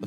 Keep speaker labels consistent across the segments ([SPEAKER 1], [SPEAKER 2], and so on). [SPEAKER 1] The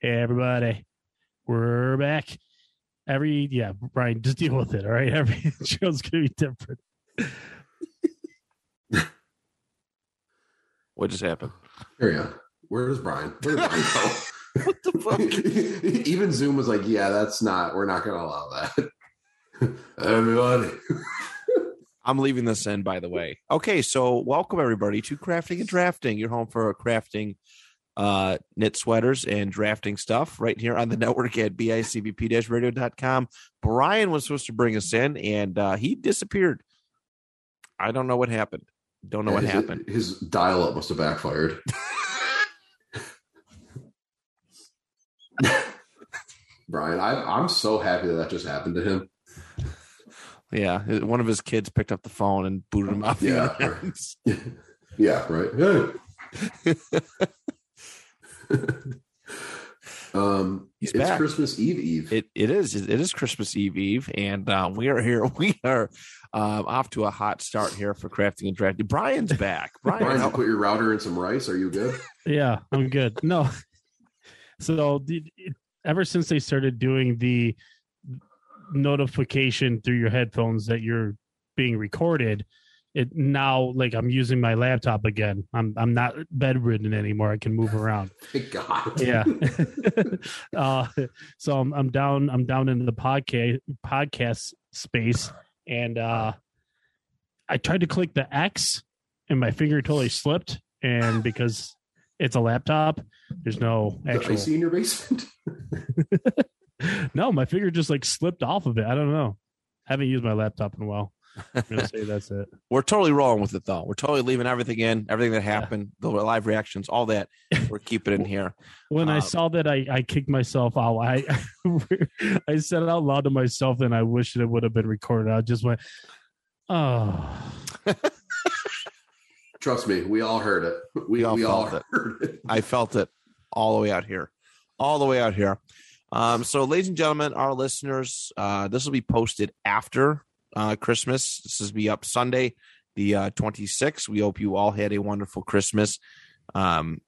[SPEAKER 2] Hey, everybody, we're back. Every yeah, Brian, just deal with it. All right, every show's gonna be different.
[SPEAKER 3] What just happened?
[SPEAKER 4] Here we go. Where does Brian? Where did Brian go?
[SPEAKER 3] What the
[SPEAKER 4] Even Zoom was like, yeah, that's not, we're not going to allow that. Everybody.
[SPEAKER 1] I'm leaving this in, by the way. Okay, so welcome everybody to Crafting and Drafting, your home for crafting uh, knit sweaters and drafting stuff right here on the network at bicbp radio.com. Brian was supposed to bring us in and uh, he disappeared. I don't know what happened. Don't know what
[SPEAKER 4] his,
[SPEAKER 1] happened.
[SPEAKER 4] His dial up must have backfired. Brian, I, I'm so happy that that just happened to him.
[SPEAKER 1] Yeah, one of his kids picked up the phone and booted him off. the
[SPEAKER 4] Yeah.
[SPEAKER 1] internet.
[SPEAKER 4] Yeah, right. Hey. um,
[SPEAKER 1] He's
[SPEAKER 4] it's
[SPEAKER 1] back.
[SPEAKER 4] Christmas Eve Eve.
[SPEAKER 1] It it is it is Christmas Eve Eve, and uh, we are here. We are um, off to a hot start here for crafting and drafting. Brian's back. Brian,
[SPEAKER 4] Brian, you
[SPEAKER 1] how-
[SPEAKER 4] put your router in some rice. Are you good?
[SPEAKER 2] Yeah, I'm good. No, so did, it, ever since they started doing the notification through your headphones that you're being recorded, it now like I'm using my laptop again. I'm I'm not bedridden anymore. I can move around.
[SPEAKER 4] Thank God.
[SPEAKER 2] yeah uh, so I'm, I'm down i'm down in the podcast podcast space and uh i tried to click the x and my finger totally slipped and because it's a laptop there's no
[SPEAKER 4] Is
[SPEAKER 2] actual
[SPEAKER 4] I see in your basement.
[SPEAKER 2] no my finger just like slipped off of it i don't know haven't used my laptop in a while i'm gonna say that's it
[SPEAKER 1] we're totally rolling with it though. We're totally leaving everything in, everything that happened, the live reactions, all that. We're keeping in here.
[SPEAKER 2] when I
[SPEAKER 1] Um,
[SPEAKER 2] saw that, I, I kicked myself out. I I said it out loud to myself, and I wish it would have been recorded. I just went, oh,
[SPEAKER 4] Trust me, we all heard it. We,
[SPEAKER 1] We
[SPEAKER 4] we
[SPEAKER 1] all
[SPEAKER 4] all,
[SPEAKER 1] felt it.
[SPEAKER 4] heard it.
[SPEAKER 1] I felt it all the way out here, all the way out here. Um, so, ladies and gentlemen, our listeners, uh, this will be posted after uh, Christmas. This is be up Sunday, the uh, 26th. We hope you all had a wonderful Christmas. Um,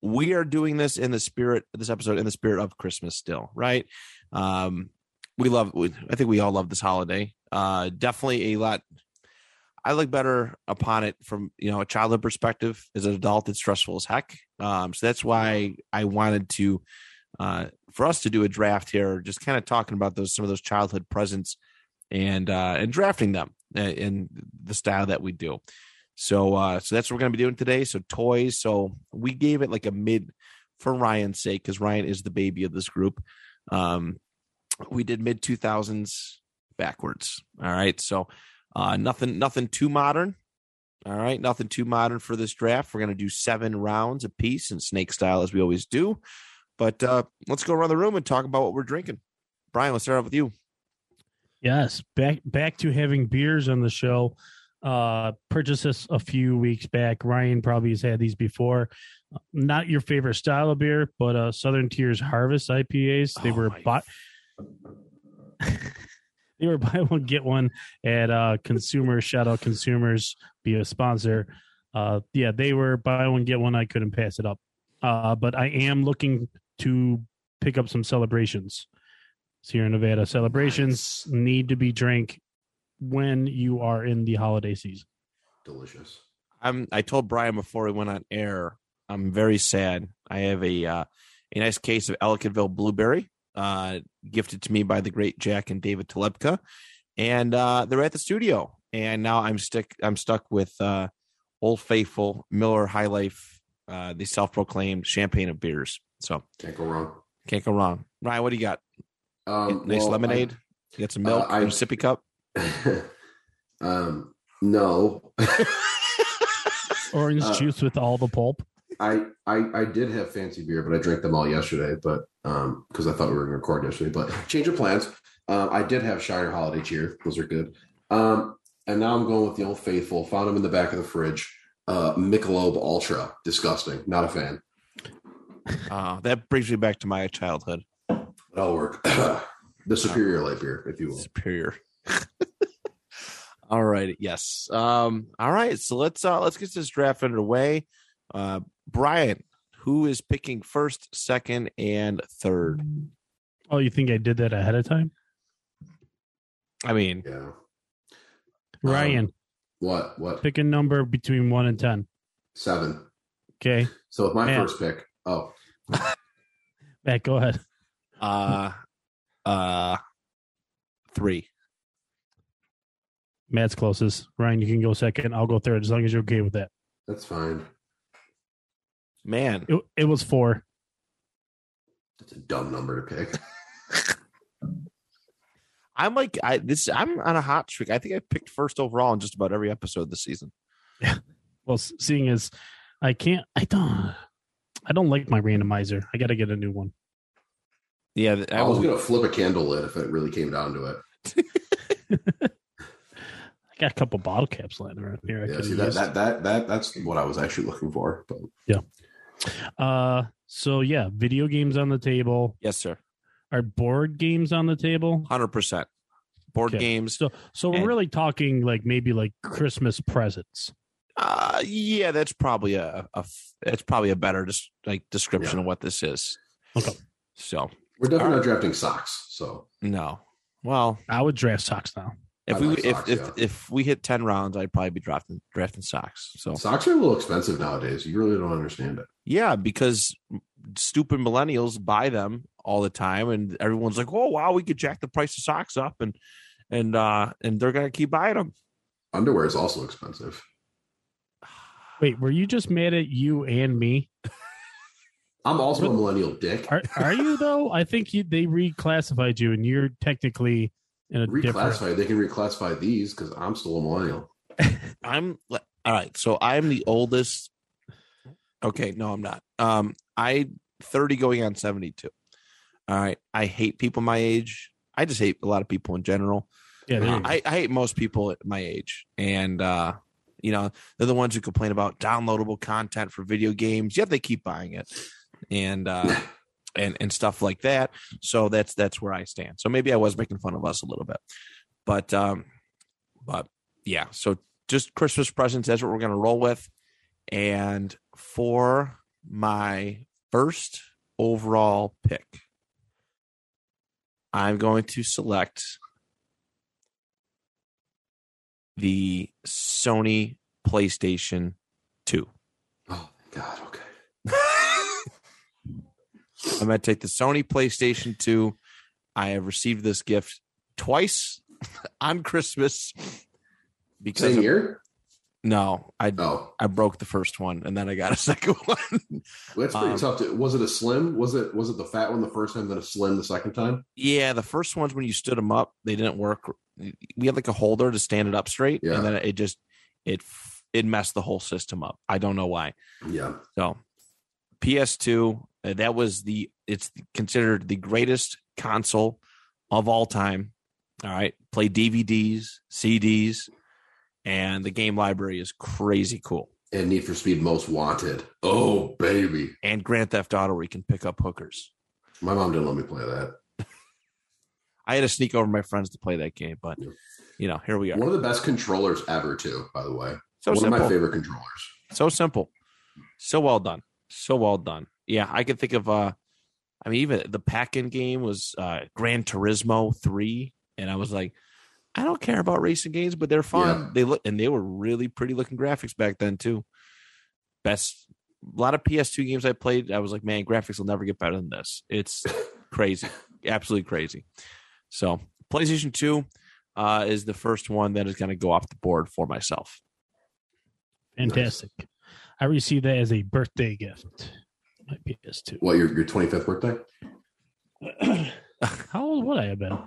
[SPEAKER 1] we are doing this in the spirit, this episode in the spirit of Christmas still, right? Um, we love, we, I think we all love this holiday. Uh, definitely a lot. I look better upon it from you know a childhood perspective. As an adult, it's stressful as heck. Um, so that's why I wanted to uh, for us to do a draft here, just kind of talking about those some of those childhood presents and uh, and drafting them uh, in the style that we do. So uh, so that's what we're gonna be doing today. So toys. So we gave it like a mid for Ryan's sake because Ryan is the baby of this group. Um, we did mid two thousands backwards. All right, so. Uh, nothing, nothing too modern. All right, nothing too modern for this draft. We're gonna do seven rounds a piece in snake style as we always do. But uh, let's go around the room and talk about what we're drinking. Brian, let's start off with you.
[SPEAKER 2] yes, back back to having beers on the show. Uh, purchased this a few weeks back. Ryan probably has had these before. Not your favorite style of beer, but uh, Southern Tiers Harvest IPAs. They
[SPEAKER 1] Oh
[SPEAKER 2] were
[SPEAKER 1] my-
[SPEAKER 2] bought. they were buy one get one at uh consumer shout out consumers be a sponsor uh yeah they were buy one get one i couldn't pass it up uh but i am looking to pick up some celebrations sierra nevada celebrations need to be drank when you are in the holiday season
[SPEAKER 4] Delicious.
[SPEAKER 1] I'm. I told Brian before we went on air. I'm very sad. I have a uh, a nice case of Ellicottville blueberry, uh, gifted to me by the great Jack and David Telepka, and uh, they're at the studio. And now I'm stick. I'm stuck with uh, Old Faithful, Miller High Life, uh, the self proclaimed champagne of beers. So
[SPEAKER 4] Can't go wrong.
[SPEAKER 1] can't go wrong. Ryan, what do you got?
[SPEAKER 4] Um,
[SPEAKER 1] nice
[SPEAKER 4] well, I-
[SPEAKER 1] lemonade. you got some milk
[SPEAKER 4] uh, I-
[SPEAKER 1] in a sippy cup.
[SPEAKER 4] um, no,
[SPEAKER 2] Orange
[SPEAKER 4] Uh,
[SPEAKER 2] juice with all the pulp.
[SPEAKER 4] I, I I did have fancy beer, but I drank them all yesterday. But um, because I thought we were going to record yesterday, but change of plans. Um, I did have Shire Holiday Cheer; those are good. Um, and now I'm going with the Old Faithful. Found them in the back of the fridge. Uh, Michelob Ultra, disgusting. Not a fan.
[SPEAKER 1] Uh, that brings me back to my childhood.
[SPEAKER 4] That'll work. the superior light beer, if you will.
[SPEAKER 1] Superior. all right. Yes. Um, all right. So let's uh let's get this draft underway. Uh Brian, who is picking first, second, and third?
[SPEAKER 2] Oh, you think I did that ahead of time?
[SPEAKER 1] I mean,
[SPEAKER 4] Yeah. Um,
[SPEAKER 2] Ryan,
[SPEAKER 4] What? What?
[SPEAKER 2] pick a number between one and ten.
[SPEAKER 4] Seven.
[SPEAKER 2] Okay,
[SPEAKER 4] So with my
[SPEAKER 2] Man.
[SPEAKER 4] first pick. Oh,
[SPEAKER 2] Matt, go ahead.
[SPEAKER 1] uh uh three.
[SPEAKER 2] Matt's closest. Ryan, you can go second. I'll go third as long as you're okay with that.
[SPEAKER 4] that's fine.
[SPEAKER 1] Man,
[SPEAKER 2] It, it was four.
[SPEAKER 4] That's a dumb number to pick.
[SPEAKER 1] I'm like I this I'm on a hot streak. I think I picked first overall in just about every episode this season.
[SPEAKER 2] Well, s- seeing as I can't, I don't, I don't like my randomizer. I got to get a new one.
[SPEAKER 1] Yeah, th-
[SPEAKER 4] I
[SPEAKER 1] I
[SPEAKER 4] was
[SPEAKER 1] will-
[SPEAKER 4] going to flip a candle lid if it really came down to it.
[SPEAKER 2] I got a couple bottle caps lying around here. I
[SPEAKER 4] Yeah,
[SPEAKER 2] could
[SPEAKER 4] see that,
[SPEAKER 2] use.
[SPEAKER 4] that that that that's what I was actually looking for. But
[SPEAKER 2] Uh, so yeah, video games on the table.
[SPEAKER 1] yes, sir.
[SPEAKER 2] Are board games on the table?
[SPEAKER 1] Hundred percent. Board
[SPEAKER 2] Okay.
[SPEAKER 1] games.
[SPEAKER 2] So, so we're
[SPEAKER 1] And-
[SPEAKER 2] really talking like maybe like Christmas presents.
[SPEAKER 1] Uh yeah, that's probably a, a f- that's probably a better just like description
[SPEAKER 4] Yeah.
[SPEAKER 1] of what this is.
[SPEAKER 2] Okay.
[SPEAKER 1] So
[SPEAKER 4] we're definitely
[SPEAKER 1] All
[SPEAKER 4] not drafting socks. So
[SPEAKER 1] no. Well,
[SPEAKER 2] I would draft socks now.
[SPEAKER 1] if
[SPEAKER 4] I
[SPEAKER 1] we
[SPEAKER 4] like
[SPEAKER 1] if
[SPEAKER 4] socks,
[SPEAKER 1] if,
[SPEAKER 4] yeah.
[SPEAKER 1] if we hit ten rounds, I'd probably be drafting drafting socks. So
[SPEAKER 4] socks are a little expensive nowadays. You really don't understand it.
[SPEAKER 1] yeah, because stupid millennials buy them all the time, and everyone's like, "Oh wow, we could jack the price of socks up," and and uh and they're gonna keep buying them.
[SPEAKER 4] Underwear is also expensive.
[SPEAKER 2] Wait, were you just mad at you and me?
[SPEAKER 4] I'm also a millennial dick.
[SPEAKER 2] Are are you though? I think you, they reclassified you, and you're technically in a different.
[SPEAKER 4] Reclassify. They can reclassify these because I'm still a millennial.
[SPEAKER 1] I'm all right. So I'm the oldest. Okay, no, I'm not. Um, I 30 going on 72. All right. I hate people my age. I just hate a lot of people in general.
[SPEAKER 2] Yeah, there you
[SPEAKER 1] Uh,
[SPEAKER 2] go.
[SPEAKER 1] I, I hate most people at my age. And uh, you know, they're the ones who complain about downloadable content for video games, yet they keep buying it. And uh and and stuff like that. So that's that's where I stand. So maybe I was making fun of us a little bit, but um, but yeah. So just Christmas presents. That's what we're gonna roll with. And for my first overall pick, I'm going to select the Sony PlayStation Two.
[SPEAKER 4] oh God. Okay.
[SPEAKER 1] I'm going to take the Sony PlayStation 2. I have received this gift twice on Christmas because
[SPEAKER 4] Same
[SPEAKER 1] of-
[SPEAKER 4] year.
[SPEAKER 1] no, I
[SPEAKER 4] Oh,
[SPEAKER 1] I broke the first one and then I got a second one.
[SPEAKER 4] well, that's pretty
[SPEAKER 1] Um,
[SPEAKER 4] tough. To, was it a slim? Was it was it the fat one the first time, then a slim the second time?
[SPEAKER 1] yeah, the first ones when you stood them up, they didn't work. We had like a holder to stand it up straight,
[SPEAKER 4] Yeah.
[SPEAKER 1] and then it just it f- it messed the whole system up. I don't know why.
[SPEAKER 4] Yeah.
[SPEAKER 1] So PS2, uh, that was the it's considered the greatest console of all time. All right, play DVDs, CDs, and the game library is crazy cool.
[SPEAKER 4] And Need for Speed Most Wanted. Oh baby.
[SPEAKER 1] And Grand Theft Auto, where you can pick up hookers.
[SPEAKER 4] My mom didn't let me play that.
[SPEAKER 1] I had to sneak over my friends to play that game, but you know, here we are.
[SPEAKER 4] One of the best controllers ever, too. By the way,
[SPEAKER 1] So
[SPEAKER 4] one of my
[SPEAKER 1] simple,
[SPEAKER 4] favorite controllers.
[SPEAKER 1] so simple, so well done, so well done. Yeah, I can think of. uh I mean, even the pack-in game was uh Gran Turismo three, and I was like, I don't care about racing games, but they're fun.
[SPEAKER 4] Yeah.
[SPEAKER 1] They look and they were really pretty looking graphics back then too. Best a lot of PS2 games I played, I was like, man, graphics will never get better than this. It's crazy, absolutely crazy. So PlayStation Two uh, is the first one that is going to go off the board for myself.
[SPEAKER 2] Fantastic. I received that as a birthday gift. My PS2.
[SPEAKER 4] What your your 25th birthday?
[SPEAKER 2] How old would I have been?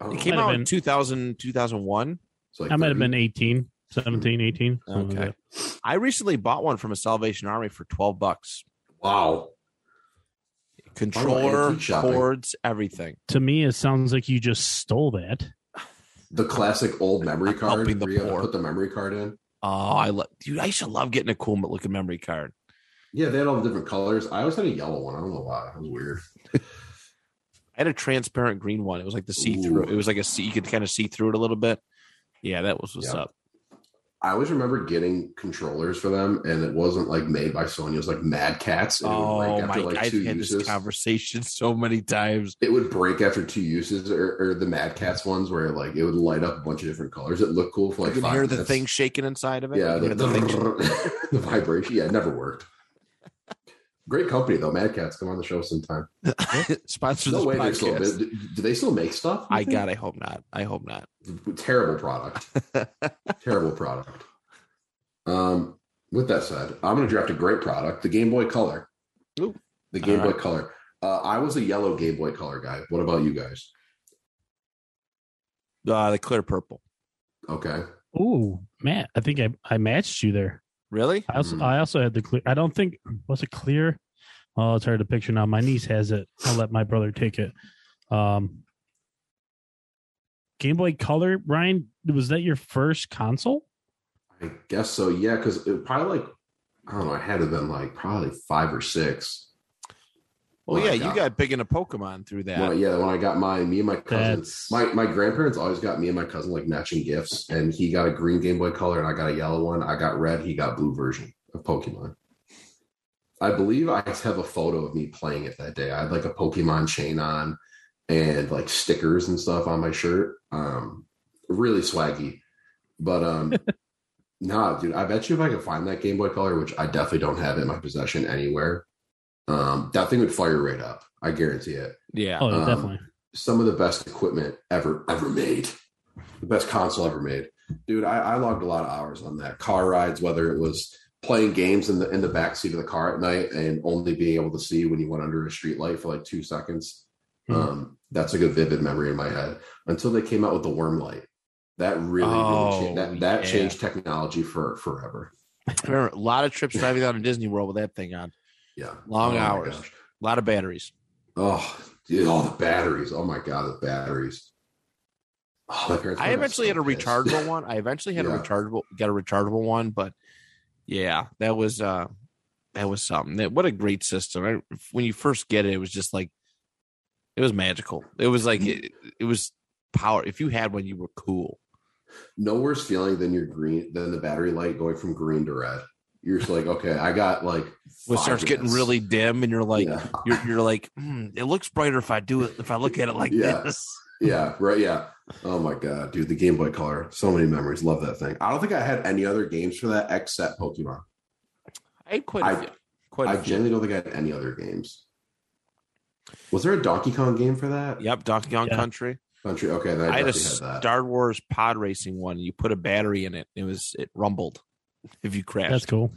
[SPEAKER 4] Oh,
[SPEAKER 1] It came
[SPEAKER 2] Might have
[SPEAKER 1] out in
[SPEAKER 2] been.
[SPEAKER 1] 2000, 2001.
[SPEAKER 4] it's like
[SPEAKER 2] I might have
[SPEAKER 4] 30.
[SPEAKER 2] been 18, 17, 18. something like
[SPEAKER 1] Okay.
[SPEAKER 2] that.
[SPEAKER 1] I recently bought one from a Salvation Army for 12 bucks.
[SPEAKER 4] Wow.
[SPEAKER 1] Controller,
[SPEAKER 4] antique shopping.
[SPEAKER 1] cords, everything.
[SPEAKER 2] To me, it sounds like you just stole that.
[SPEAKER 4] The classic old memory card.
[SPEAKER 1] Helping the
[SPEAKER 4] where you have to
[SPEAKER 1] poor.
[SPEAKER 4] put the memory card in.
[SPEAKER 1] Oh, I love dude, I used to love getting a cool looking memory card.
[SPEAKER 4] Yeah, they had all the different colors. I always had a yellow one. I don't know why. That was weird.
[SPEAKER 1] I had a transparent green one. It was like the see through.
[SPEAKER 4] Ooh.
[SPEAKER 1] It was like a see you could kind of see through it a little bit. Yeah, that was what's
[SPEAKER 4] Yeah.
[SPEAKER 1] up.
[SPEAKER 4] I always remember getting controllers for them, and it wasn't like made by Sony. It was like Mad Cats. And it would
[SPEAKER 1] Oh
[SPEAKER 4] break
[SPEAKER 1] my
[SPEAKER 4] after,
[SPEAKER 1] god,
[SPEAKER 4] like,
[SPEAKER 1] I've
[SPEAKER 4] two
[SPEAKER 1] had this
[SPEAKER 4] uses.
[SPEAKER 1] conversation so many times.
[SPEAKER 4] It would break after two uses, or, or the Mad Cats ones where like it would light up a bunch of different colors. It looked cool for
[SPEAKER 1] You
[SPEAKER 4] like
[SPEAKER 1] can
[SPEAKER 4] five
[SPEAKER 1] hear the
[SPEAKER 4] minutes.
[SPEAKER 1] thing shaking inside of it.
[SPEAKER 4] Yeah,
[SPEAKER 1] You
[SPEAKER 4] the,
[SPEAKER 1] hear the thing sh-
[SPEAKER 4] the vibration. Yeah, it never worked. Great company though, Mad Cats. Come on the show sometime.
[SPEAKER 1] sponsor
[SPEAKER 4] No
[SPEAKER 1] this
[SPEAKER 4] way they still
[SPEAKER 1] podcast.
[SPEAKER 4] do, do they still make stuff? you
[SPEAKER 1] I
[SPEAKER 4] think?
[SPEAKER 1] God, I hope not. I hope not.
[SPEAKER 4] terrible product. terrible product. Um, with that said, I'm going to draft a great product: the Game Boy Color.
[SPEAKER 1] Ooh.
[SPEAKER 4] The Game
[SPEAKER 1] All
[SPEAKER 4] Boy Color. Uh, I was a yellow Game Boy Color guy. What about you guys?
[SPEAKER 1] Uh, the clear purple.
[SPEAKER 4] Okay,
[SPEAKER 2] Ooh, Matt, I think I, I matched you there.
[SPEAKER 1] Really?
[SPEAKER 2] I also,
[SPEAKER 4] Mm.
[SPEAKER 2] I also had the clear. I don't think was it clear. Oh, it's hard to picture now. My niece has it. I'll let my brother take it. Um, Game Boy Color, Brian, was that your first console?
[SPEAKER 4] I guess so. Yeah, because it probably like I don't know. I had to have been like probably five or six.
[SPEAKER 1] Well,
[SPEAKER 4] When
[SPEAKER 1] yeah,
[SPEAKER 4] I
[SPEAKER 1] you got big into Pokemon through that.
[SPEAKER 4] When I- yeah, when I got mine, me and my cousin,
[SPEAKER 2] That's
[SPEAKER 4] my my grandparents always got me and my cousin like matching gifts, and he got a green Game Boy Color, and I got a yellow one. I got red, he got blue version of Pokemon. I believe I have a photo of me playing it that day. I had like a Pokemon chain on, and like stickers and stuff on my shirt. Um, really swaggy, but um. Nah, dude. I bet you if I could find that Game Boy Color, which I definitely don't have in my possession anywhere, um, that thing would fire right up. I guarantee it
[SPEAKER 1] yeah.
[SPEAKER 2] oh, yeah,
[SPEAKER 4] um,
[SPEAKER 2] definitely.
[SPEAKER 4] some of the best equipment ever ever made the best console ever made dude I, I logged a lot of hours on that car rides whether it was playing games in the in the back seat of the car at night and only being able to see when you went under a street light for like two seconds
[SPEAKER 1] Hmm.
[SPEAKER 2] Mhm.
[SPEAKER 4] um that's like a vivid memory in my head until they came out with the worm light that really, really
[SPEAKER 1] Oh,
[SPEAKER 4] changed that, that
[SPEAKER 1] yeah.
[SPEAKER 4] changed technology for forever
[SPEAKER 1] I remember a lot of trips driving down to Disney World with that thing on.
[SPEAKER 4] yeah
[SPEAKER 1] Long
[SPEAKER 4] Oh my
[SPEAKER 1] hours.
[SPEAKER 4] gosh.
[SPEAKER 1] A lot of batteries.
[SPEAKER 4] oh dude, all the batteries oh my god the batteries Oh, my parents
[SPEAKER 1] I
[SPEAKER 4] would've been
[SPEAKER 1] eventually
[SPEAKER 4] so
[SPEAKER 1] had a
[SPEAKER 4] pissed.
[SPEAKER 1] rechargeable one. I eventually had a
[SPEAKER 4] Yeah.
[SPEAKER 1] rechargeable, got a rechargeable one, but yeah, that was uh that was something. That what a great system. I, when you first get it, it was just like it was magical. It was like
[SPEAKER 4] Mm-hmm.
[SPEAKER 1] it, it was power. If you had one, you were cool.
[SPEAKER 4] no worse feeling than your green than the battery light going from green to red. You're just like, okay, I got like
[SPEAKER 1] When it
[SPEAKER 4] five
[SPEAKER 1] starts getting
[SPEAKER 4] minutes.
[SPEAKER 1] really dim, and you're like,
[SPEAKER 4] yeah,
[SPEAKER 1] you're, you're like, "Hmm, it looks brighter if I do it. If I look at it like
[SPEAKER 4] Yeah.
[SPEAKER 1] this,
[SPEAKER 4] yeah, right, yeah. Oh my god, dude, the Game Boy Color, so many memories. Love that thing. I don't think I had any other games for that except Pokemon.
[SPEAKER 1] I had quite a
[SPEAKER 4] I-
[SPEAKER 1] few. Quite a
[SPEAKER 4] I
[SPEAKER 1] few.
[SPEAKER 4] genuinely don't think I had any other games. Was there a Donkey Kong game for that?
[SPEAKER 1] Yep, Donkey Kong
[SPEAKER 2] Yeah.
[SPEAKER 1] Country.
[SPEAKER 4] Country. Okay, then I,
[SPEAKER 1] I had a
[SPEAKER 4] definitely had that.
[SPEAKER 1] Star Wars pod racing one. You put a battery in it. It was it rumbled if you crashed.
[SPEAKER 2] That's cool.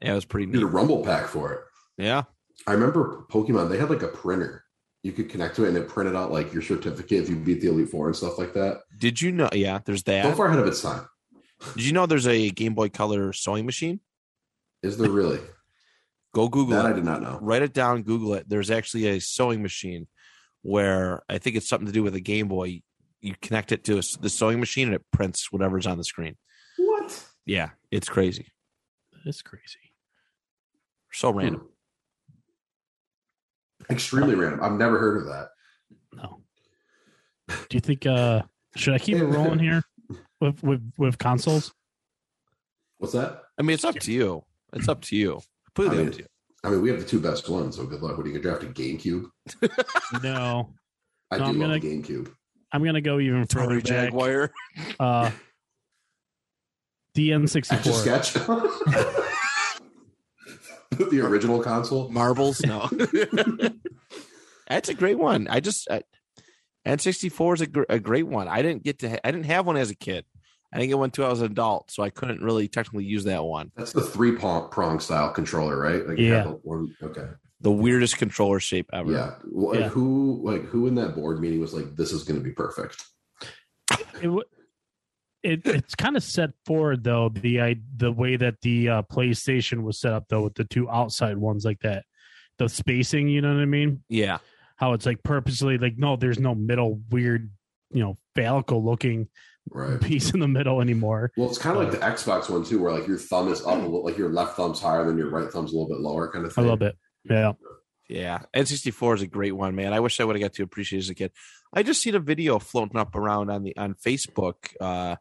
[SPEAKER 1] Yeah, it was pretty
[SPEAKER 4] Dude, a
[SPEAKER 1] neat.
[SPEAKER 4] Rumble Pack for it.
[SPEAKER 1] Yeah,
[SPEAKER 4] I remember Pokemon, they had like a printer. You could connect to it and it printed out like your certificate if you beat the Elite Four and stuff like that.
[SPEAKER 1] did you know? Yeah, there's
[SPEAKER 4] So
[SPEAKER 1] that.
[SPEAKER 4] far ahead of its time.
[SPEAKER 1] Did you know there's a Game Boy Color sewing machine?
[SPEAKER 4] Is there really?
[SPEAKER 1] Go Google
[SPEAKER 4] That I
[SPEAKER 1] it.
[SPEAKER 4] did not know.
[SPEAKER 1] Write it down. Google it. There's actually a sewing machine where I think it's something to do with a Game Boy. You connect it to a s the sewing machine and it prints whatever's on the screen.
[SPEAKER 4] What?
[SPEAKER 1] Yeah, it's crazy.
[SPEAKER 2] That's crazy.
[SPEAKER 1] So
[SPEAKER 4] Hmm.
[SPEAKER 1] random.
[SPEAKER 4] Extremely random. I've never heard of that.
[SPEAKER 2] No. Do you think? uh Should I keep it rolling here with with with consoles?
[SPEAKER 4] What's that?
[SPEAKER 1] I mean, it's up to you. It's up to you. Completely
[SPEAKER 4] I mean-
[SPEAKER 1] up to you.
[SPEAKER 4] I mean, we have the two best ones, so good luck. What are you gonna draft a GameCube?
[SPEAKER 2] No.
[SPEAKER 4] I
[SPEAKER 2] No,
[SPEAKER 4] do
[SPEAKER 2] I'm
[SPEAKER 4] love
[SPEAKER 2] gonna-
[SPEAKER 4] the GameCube.
[SPEAKER 2] I'm gonna go even
[SPEAKER 1] Atari
[SPEAKER 2] further back.
[SPEAKER 1] Jaguar.
[SPEAKER 2] Uh,
[SPEAKER 4] Etch a
[SPEAKER 2] DN64.
[SPEAKER 4] sketch. the original console.
[SPEAKER 1] marbles no that's a great one i just I, n64 is a, gr- a great one i didn't get to ha- i didn't have one as a kid I didn't get one until I was an adult, so I couldn't really technically use that one.
[SPEAKER 4] That's the three prong, prong style controller, right? Like you
[SPEAKER 2] Yeah.
[SPEAKER 4] have the one, okay.
[SPEAKER 1] The weirdest controller shape ever.
[SPEAKER 4] Yeah. Like
[SPEAKER 2] Yeah.
[SPEAKER 4] who like who in that board meeting was like, this is gonna be perfect.
[SPEAKER 2] it, w- it it's kind of set forward though the I, the way that the uh, PlayStation was set up though with the two outside ones like that, the spacing. You know what I mean?
[SPEAKER 1] Yeah.
[SPEAKER 2] How it's like purposely like no, there's no middle weird, you know, phallical looking
[SPEAKER 4] Right.
[SPEAKER 2] piece in the middle anymore.
[SPEAKER 4] Well, it's kind of like the Xbox one too, where like your thumb is up a little, like your left thumb's higher than your right thumb's a little bit lower, kind of
[SPEAKER 2] A
[SPEAKER 4] thing.
[SPEAKER 2] little bit, yeah.
[SPEAKER 1] Yeah. N64 is a great one, man. I wish I would have got to appreciate it as a kid. I just seen a video floating up around on the on Facebook. Uh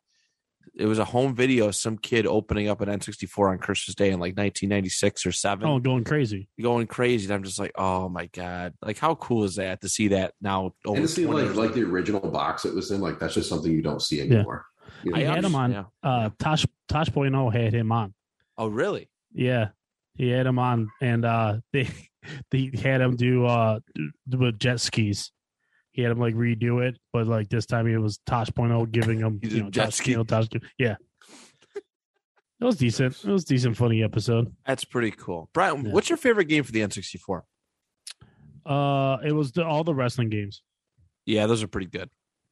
[SPEAKER 1] it was a home video, of some kid opening up an N64 on Christmas Day in like 1996 or 7.
[SPEAKER 2] Oh, going crazy.
[SPEAKER 1] going crazy. And I'm just like, oh my god, like how cool is that to see that now?
[SPEAKER 4] And to see
[SPEAKER 1] 20
[SPEAKER 4] like
[SPEAKER 1] years
[SPEAKER 4] like
[SPEAKER 1] later?
[SPEAKER 4] the original box it was in, like that's just something you don't see anymore. You know?
[SPEAKER 2] I
[SPEAKER 1] Yeah,
[SPEAKER 2] had him on.
[SPEAKER 1] yeah.
[SPEAKER 2] Uh, Tosh Tosh Boy No had him on.
[SPEAKER 1] Oh really?
[SPEAKER 2] Yeah, he had him on, and uh, they they had him do uh do- with jet skis. He had him like redo it, but like this time it was Tosh Point oh giving him
[SPEAKER 1] He did
[SPEAKER 2] you know
[SPEAKER 1] jet
[SPEAKER 2] Tosh,
[SPEAKER 1] ski.
[SPEAKER 2] you know, Tosh, yeah. It was decent. It was a decent, funny episode.
[SPEAKER 1] That's pretty cool. Brian,
[SPEAKER 2] Yeah.
[SPEAKER 1] what's your favorite game for the N64?
[SPEAKER 2] Uh, it was the, all the wrestling games.
[SPEAKER 1] Yeah, those are pretty good.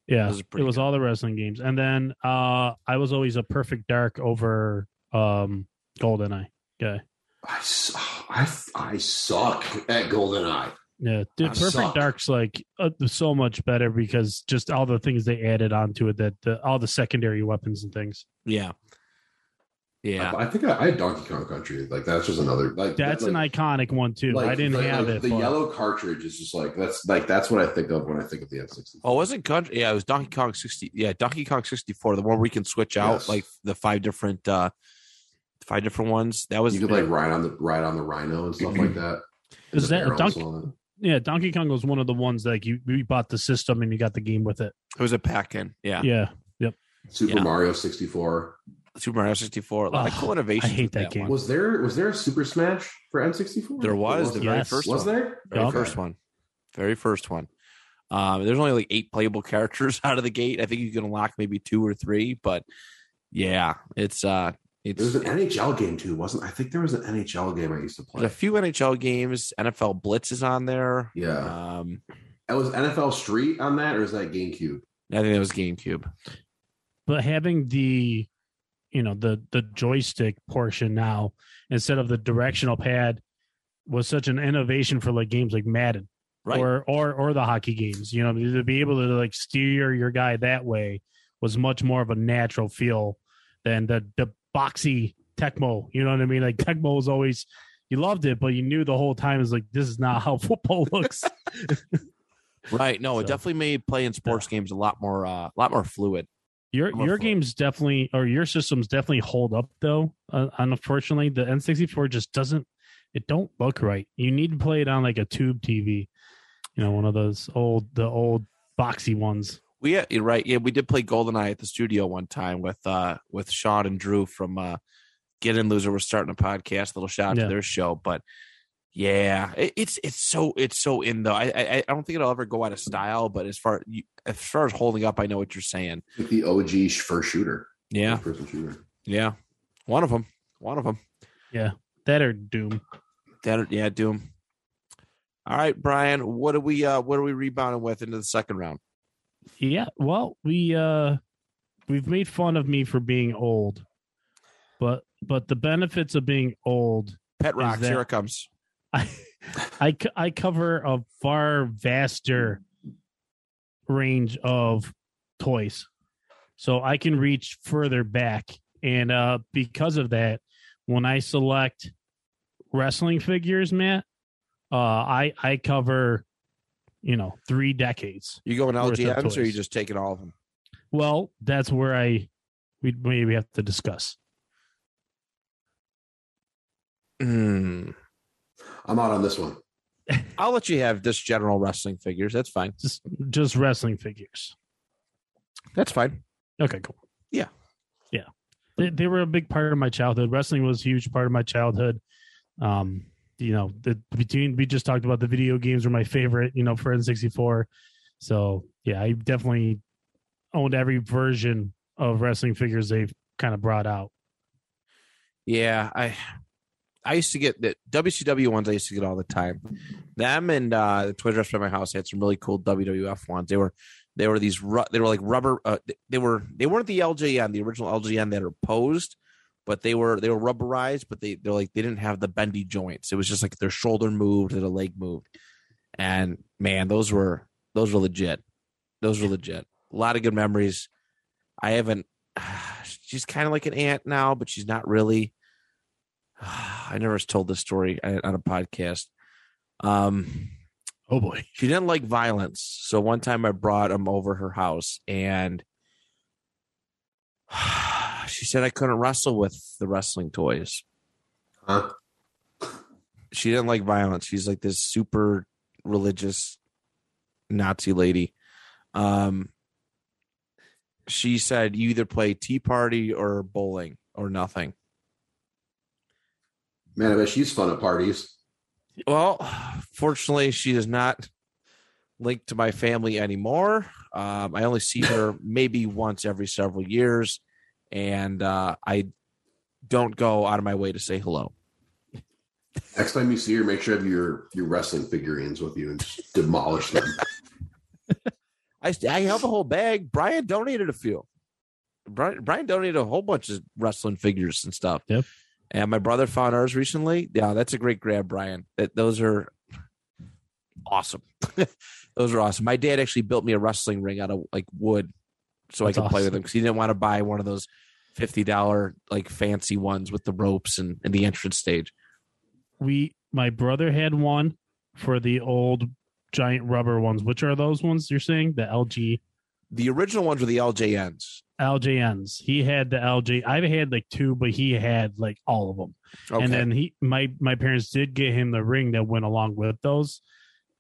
[SPEAKER 2] Yeah,
[SPEAKER 1] Those are
[SPEAKER 2] it
[SPEAKER 1] pretty
[SPEAKER 2] was
[SPEAKER 1] good.
[SPEAKER 2] all the wrestling games, and then uh, I was always a perfect dark over um Goldeneye guy.
[SPEAKER 4] I, su- I, I suck at GoldenEye.
[SPEAKER 2] Yeah, dude,
[SPEAKER 4] I
[SPEAKER 2] Perfect
[SPEAKER 4] suck.
[SPEAKER 2] Dark's like uh, so much better because just all the things they added onto it that the, all the secondary weapons and things.
[SPEAKER 1] Yeah, yeah.
[SPEAKER 4] I, I think I, I had Donkey Kong Country. Like that's just another like
[SPEAKER 2] That's
[SPEAKER 4] like,
[SPEAKER 2] an iconic one too.
[SPEAKER 4] like-
[SPEAKER 2] I didn't
[SPEAKER 4] like-
[SPEAKER 2] have
[SPEAKER 4] like
[SPEAKER 2] it.
[SPEAKER 4] The
[SPEAKER 2] but-
[SPEAKER 4] yellow cartridge is just like that's like that's what I think of when I think of the N64.
[SPEAKER 1] Oh, was it country? Yeah, it was Donkey Kong sixty. Yeah, Donkey Kong sixty four, the one where you can switch out
[SPEAKER 4] Yes.
[SPEAKER 1] like the five different, uh five different ones. That was
[SPEAKER 4] you could like ride on the ride on the rhino and stuff like that. And
[SPEAKER 2] Is
[SPEAKER 4] the
[SPEAKER 2] that a
[SPEAKER 4] barrels
[SPEAKER 2] donkey-
[SPEAKER 4] and all that.
[SPEAKER 2] Yeah, Donkey Kong was one of the ones that like, you you bought the system and you got the game with it.
[SPEAKER 1] it was a pack in. Yeah.
[SPEAKER 2] Yeah,
[SPEAKER 4] Super
[SPEAKER 1] Yeah.
[SPEAKER 4] Mario 64.
[SPEAKER 1] Super Mario sixty four. A lot of
[SPEAKER 2] Ugh,
[SPEAKER 1] cool innovations.
[SPEAKER 2] I hate
[SPEAKER 1] with
[SPEAKER 2] that game.
[SPEAKER 1] one.
[SPEAKER 4] Was there was there a Super Smash for N64?
[SPEAKER 1] There was the
[SPEAKER 4] Wasn't
[SPEAKER 1] very
[SPEAKER 2] Yes.
[SPEAKER 1] first
[SPEAKER 4] there? Was
[SPEAKER 1] one.
[SPEAKER 4] there?
[SPEAKER 1] Very
[SPEAKER 2] Yeah.
[SPEAKER 1] first one. Very first one. Um, there's only like eight playable characters out of the gate. I think you can unlock maybe two or three, but yeah, it's uh it's
[SPEAKER 4] There's an NHL game too, wasn't? I think there was an NHL game I used to
[SPEAKER 1] there's
[SPEAKER 4] play.
[SPEAKER 1] a few NHL games, NFL Blitz is on there.
[SPEAKER 4] Yeah,
[SPEAKER 1] Um
[SPEAKER 4] it was NFL Street on that, or is that GameCube?
[SPEAKER 1] I think that was GameCube.
[SPEAKER 2] but having the you know the the joystick portion now instead of the directional pad was such an innovation for like games like Madden.
[SPEAKER 1] Right.
[SPEAKER 2] or or or the hockey games. You know, to be able to like steer your guy that way was much more of a natural feel than the the boxy Tecmo. You know what I mean? Like Tecmo was always you loved it, but you knew the whole time is like this is not how football looks.
[SPEAKER 1] right. No, it
[SPEAKER 2] So-
[SPEAKER 1] definitely made playing sports games a lot more uh a lot more fluid.
[SPEAKER 2] Your
[SPEAKER 1] I'm a
[SPEAKER 2] your
[SPEAKER 1] fool.
[SPEAKER 2] games definitely or your systems definitely hold up though. Uh, unfortunately, the N64 just doesn't. It don't look right. You need to play it on like a tube TV, you know, one of those old the old boxy ones.
[SPEAKER 1] We yeah, you're right. Yeah, we did play Goldeneye at the studio one time with uh with Sean and Drew from uh Get In Loser. We're starting a podcast. Little shout out
[SPEAKER 2] Yeah.
[SPEAKER 1] to their show, but yeah, it, it's it's so it's so in though. I, I I don't think it'll ever go out of style. But as far you, as far as holding up, I know what you're saying.
[SPEAKER 4] Like the OG sh- first shooter.
[SPEAKER 1] Yeah,
[SPEAKER 4] First-person shooter.
[SPEAKER 1] yeah. One of them. One of them.
[SPEAKER 2] That or Doom.
[SPEAKER 1] That yeah. Doom. All right, Brian. What are we uh what are we rebounding with into the second round?
[SPEAKER 2] Yeah, well, we uh we've made fun of me for being old. But but the benefits of being old,
[SPEAKER 1] Pet
[SPEAKER 2] Is
[SPEAKER 1] rocks.
[SPEAKER 2] that-
[SPEAKER 1] Here it comes.
[SPEAKER 2] I I co- I cover a far vaster range of toys. So I can reach further back and uh because of that, when I select wrestling figures, Matt, uh I I cover you know, 3 decades.
[SPEAKER 1] You going
[SPEAKER 2] Worth of
[SPEAKER 1] LGMs or you
[SPEAKER 2] toys.
[SPEAKER 1] just taking all of them?
[SPEAKER 2] Well, that's where I we maybe have to discuss.
[SPEAKER 1] Hmm.
[SPEAKER 4] I'm out on this one.
[SPEAKER 1] I'll let you have just general wrestling figures. That's fine.
[SPEAKER 2] Just just wrestling figures.
[SPEAKER 1] That's fine.
[SPEAKER 2] Okay, cool.
[SPEAKER 1] Yeah.
[SPEAKER 2] Yeah. They, they were a big part of my childhood. Wrestling was a huge part of my childhood. Um, you know, the between we just talked about the video games were my favorite, you know, for N64. So yeah, I definitely owned every version of wrestling figures they've kind of brought out.
[SPEAKER 1] Yeah, I I used to get the WCW ones. I used to get all the time. Them and uh, the toy dress by my house had some really cool WWF ones. They were they were these ru- they were like rubber. Uh, they- they were they weren't the LJN the original LJN that are posed, but they were they were rubberized. But they they're like they didn't have the bendy joints. It was just like their shoulder moved and a leg moved. And man, those were those were legit. Those were legit. A lot of good memories. I haven't. She's kind of like an aunt now, but she's not really. I never told this story on on a podcast. Um,
[SPEAKER 2] Oh boy.
[SPEAKER 1] she didn't like violence. So one time I brought him over her house and she said I couldn't wrestle with the wrestling toys.
[SPEAKER 4] Huh?
[SPEAKER 1] She didn't like violence. She's like this super religious Nazi lady. Um she said you either play tea party or bowling or nothing.
[SPEAKER 4] Man, I bet she's fun at parties.
[SPEAKER 1] Well, fortunately, she is not linked to my family anymore. Um, I only see her maybe once every several years, and uh, I don't go out of my way to say hello.
[SPEAKER 4] Next time you see her, make sure you have your your wrestling figurines with you and just demolish them.
[SPEAKER 1] I st- I have a whole bag. Brian donated a few. Brian, Brian donated a whole bunch of wrestling figures and stuff.
[SPEAKER 2] Yep.
[SPEAKER 1] And my brother found ours recently. Yeah, that's a great grab, Brian. That those are awesome. those are awesome. My dad actually built me a wrestling ring out of like wood, so
[SPEAKER 2] That's
[SPEAKER 1] I could play with
[SPEAKER 2] awesome.
[SPEAKER 1] them because he didn't want to buy one of those fifty dollar like fancy ones with the ropes and, and the entrance stage.
[SPEAKER 2] We my brother had one for the old giant rubber ones. Which are those ones you're saying? The LG
[SPEAKER 1] The original ones were the LJNs.
[SPEAKER 2] LJNs. He had the LJ. I've had like two, but he had like all of them.
[SPEAKER 1] Okay.
[SPEAKER 2] And then he my my parents did get him the ring that went along with those.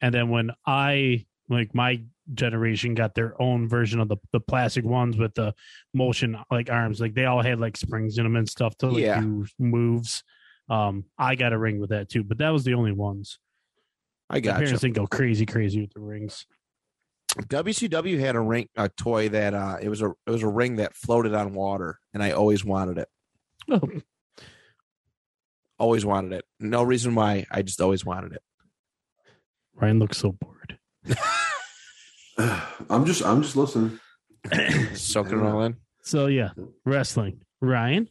[SPEAKER 2] And then when I like my generation got their own version of the the plastic ones with the motion like arms, like they all had like springs in them and stuff to like
[SPEAKER 1] Yeah.
[SPEAKER 2] do moves. Um, I got a ring with that too, but that was the only ones.
[SPEAKER 1] I
[SPEAKER 2] My
[SPEAKER 1] got you.
[SPEAKER 2] parents didn't go crazy, crazy with the rings.
[SPEAKER 1] WCW had a ring, a toy that uh, it was a it was a ring that floated on water, and I always wanted it.
[SPEAKER 2] Oh,
[SPEAKER 1] Always wanted it. No reason why. I just always wanted it.
[SPEAKER 2] Ryan looks so bored.
[SPEAKER 4] I'm just I'm just listening.
[SPEAKER 1] Soaking it all in.
[SPEAKER 2] So yeah, wrestling. Ryan,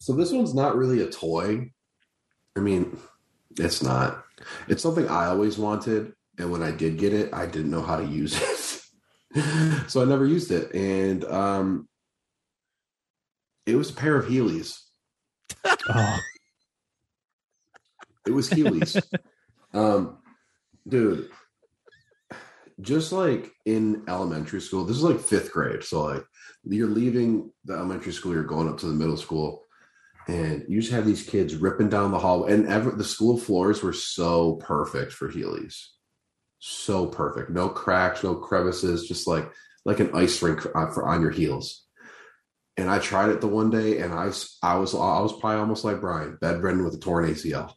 [SPEAKER 4] So this one's not really a toy. I mean, it's not. It's something I always wanted, and when I did get it, I didn't know how to use it. so I never used it, and um, it was a pair of Heelys.
[SPEAKER 2] oh,
[SPEAKER 4] It was Heelys. um, dude, just like in elementary school, this is like fifth grade. So like you're leaving the elementary school, you're going up to the middle school, and you just have these kids ripping down the hall. And ever the school floors were so perfect for Heelys. So perfect. No cracks, no crevices, just like like an ice rink on, for on your heels. And I tried it the one day, and I s- I was I was probably almost like Brian, bedridden with a torn ACL.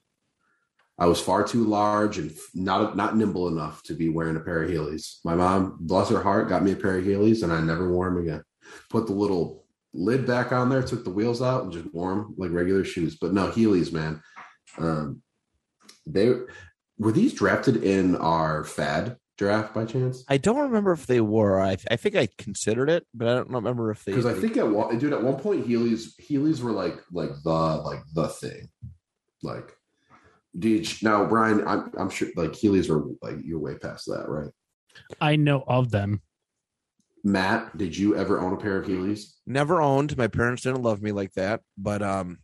[SPEAKER 4] I was far too large and not not nimble enough to be wearing a pair of Heelys. My mom, bless her heart, got me a pair of Heelys, and I never wore them again. Put the little lid back on there, took the wheels out, and just wore them like regular shoes. But no Heelys, man. Um, they were these drafted in our fad draft by chance?
[SPEAKER 1] I don't remember if they were. I I think I considered it, but I don't remember if they.
[SPEAKER 4] Because I think at one dude at one point Heelys Heelys were like like the like the thing, like. Dude, now Brian, I'm I'm sure like Heelys were like you're way past that, right?
[SPEAKER 2] I know of them.
[SPEAKER 4] Matt, did you ever own a pair of Heelys?
[SPEAKER 1] never owned. My parents didn't love me like that, but um,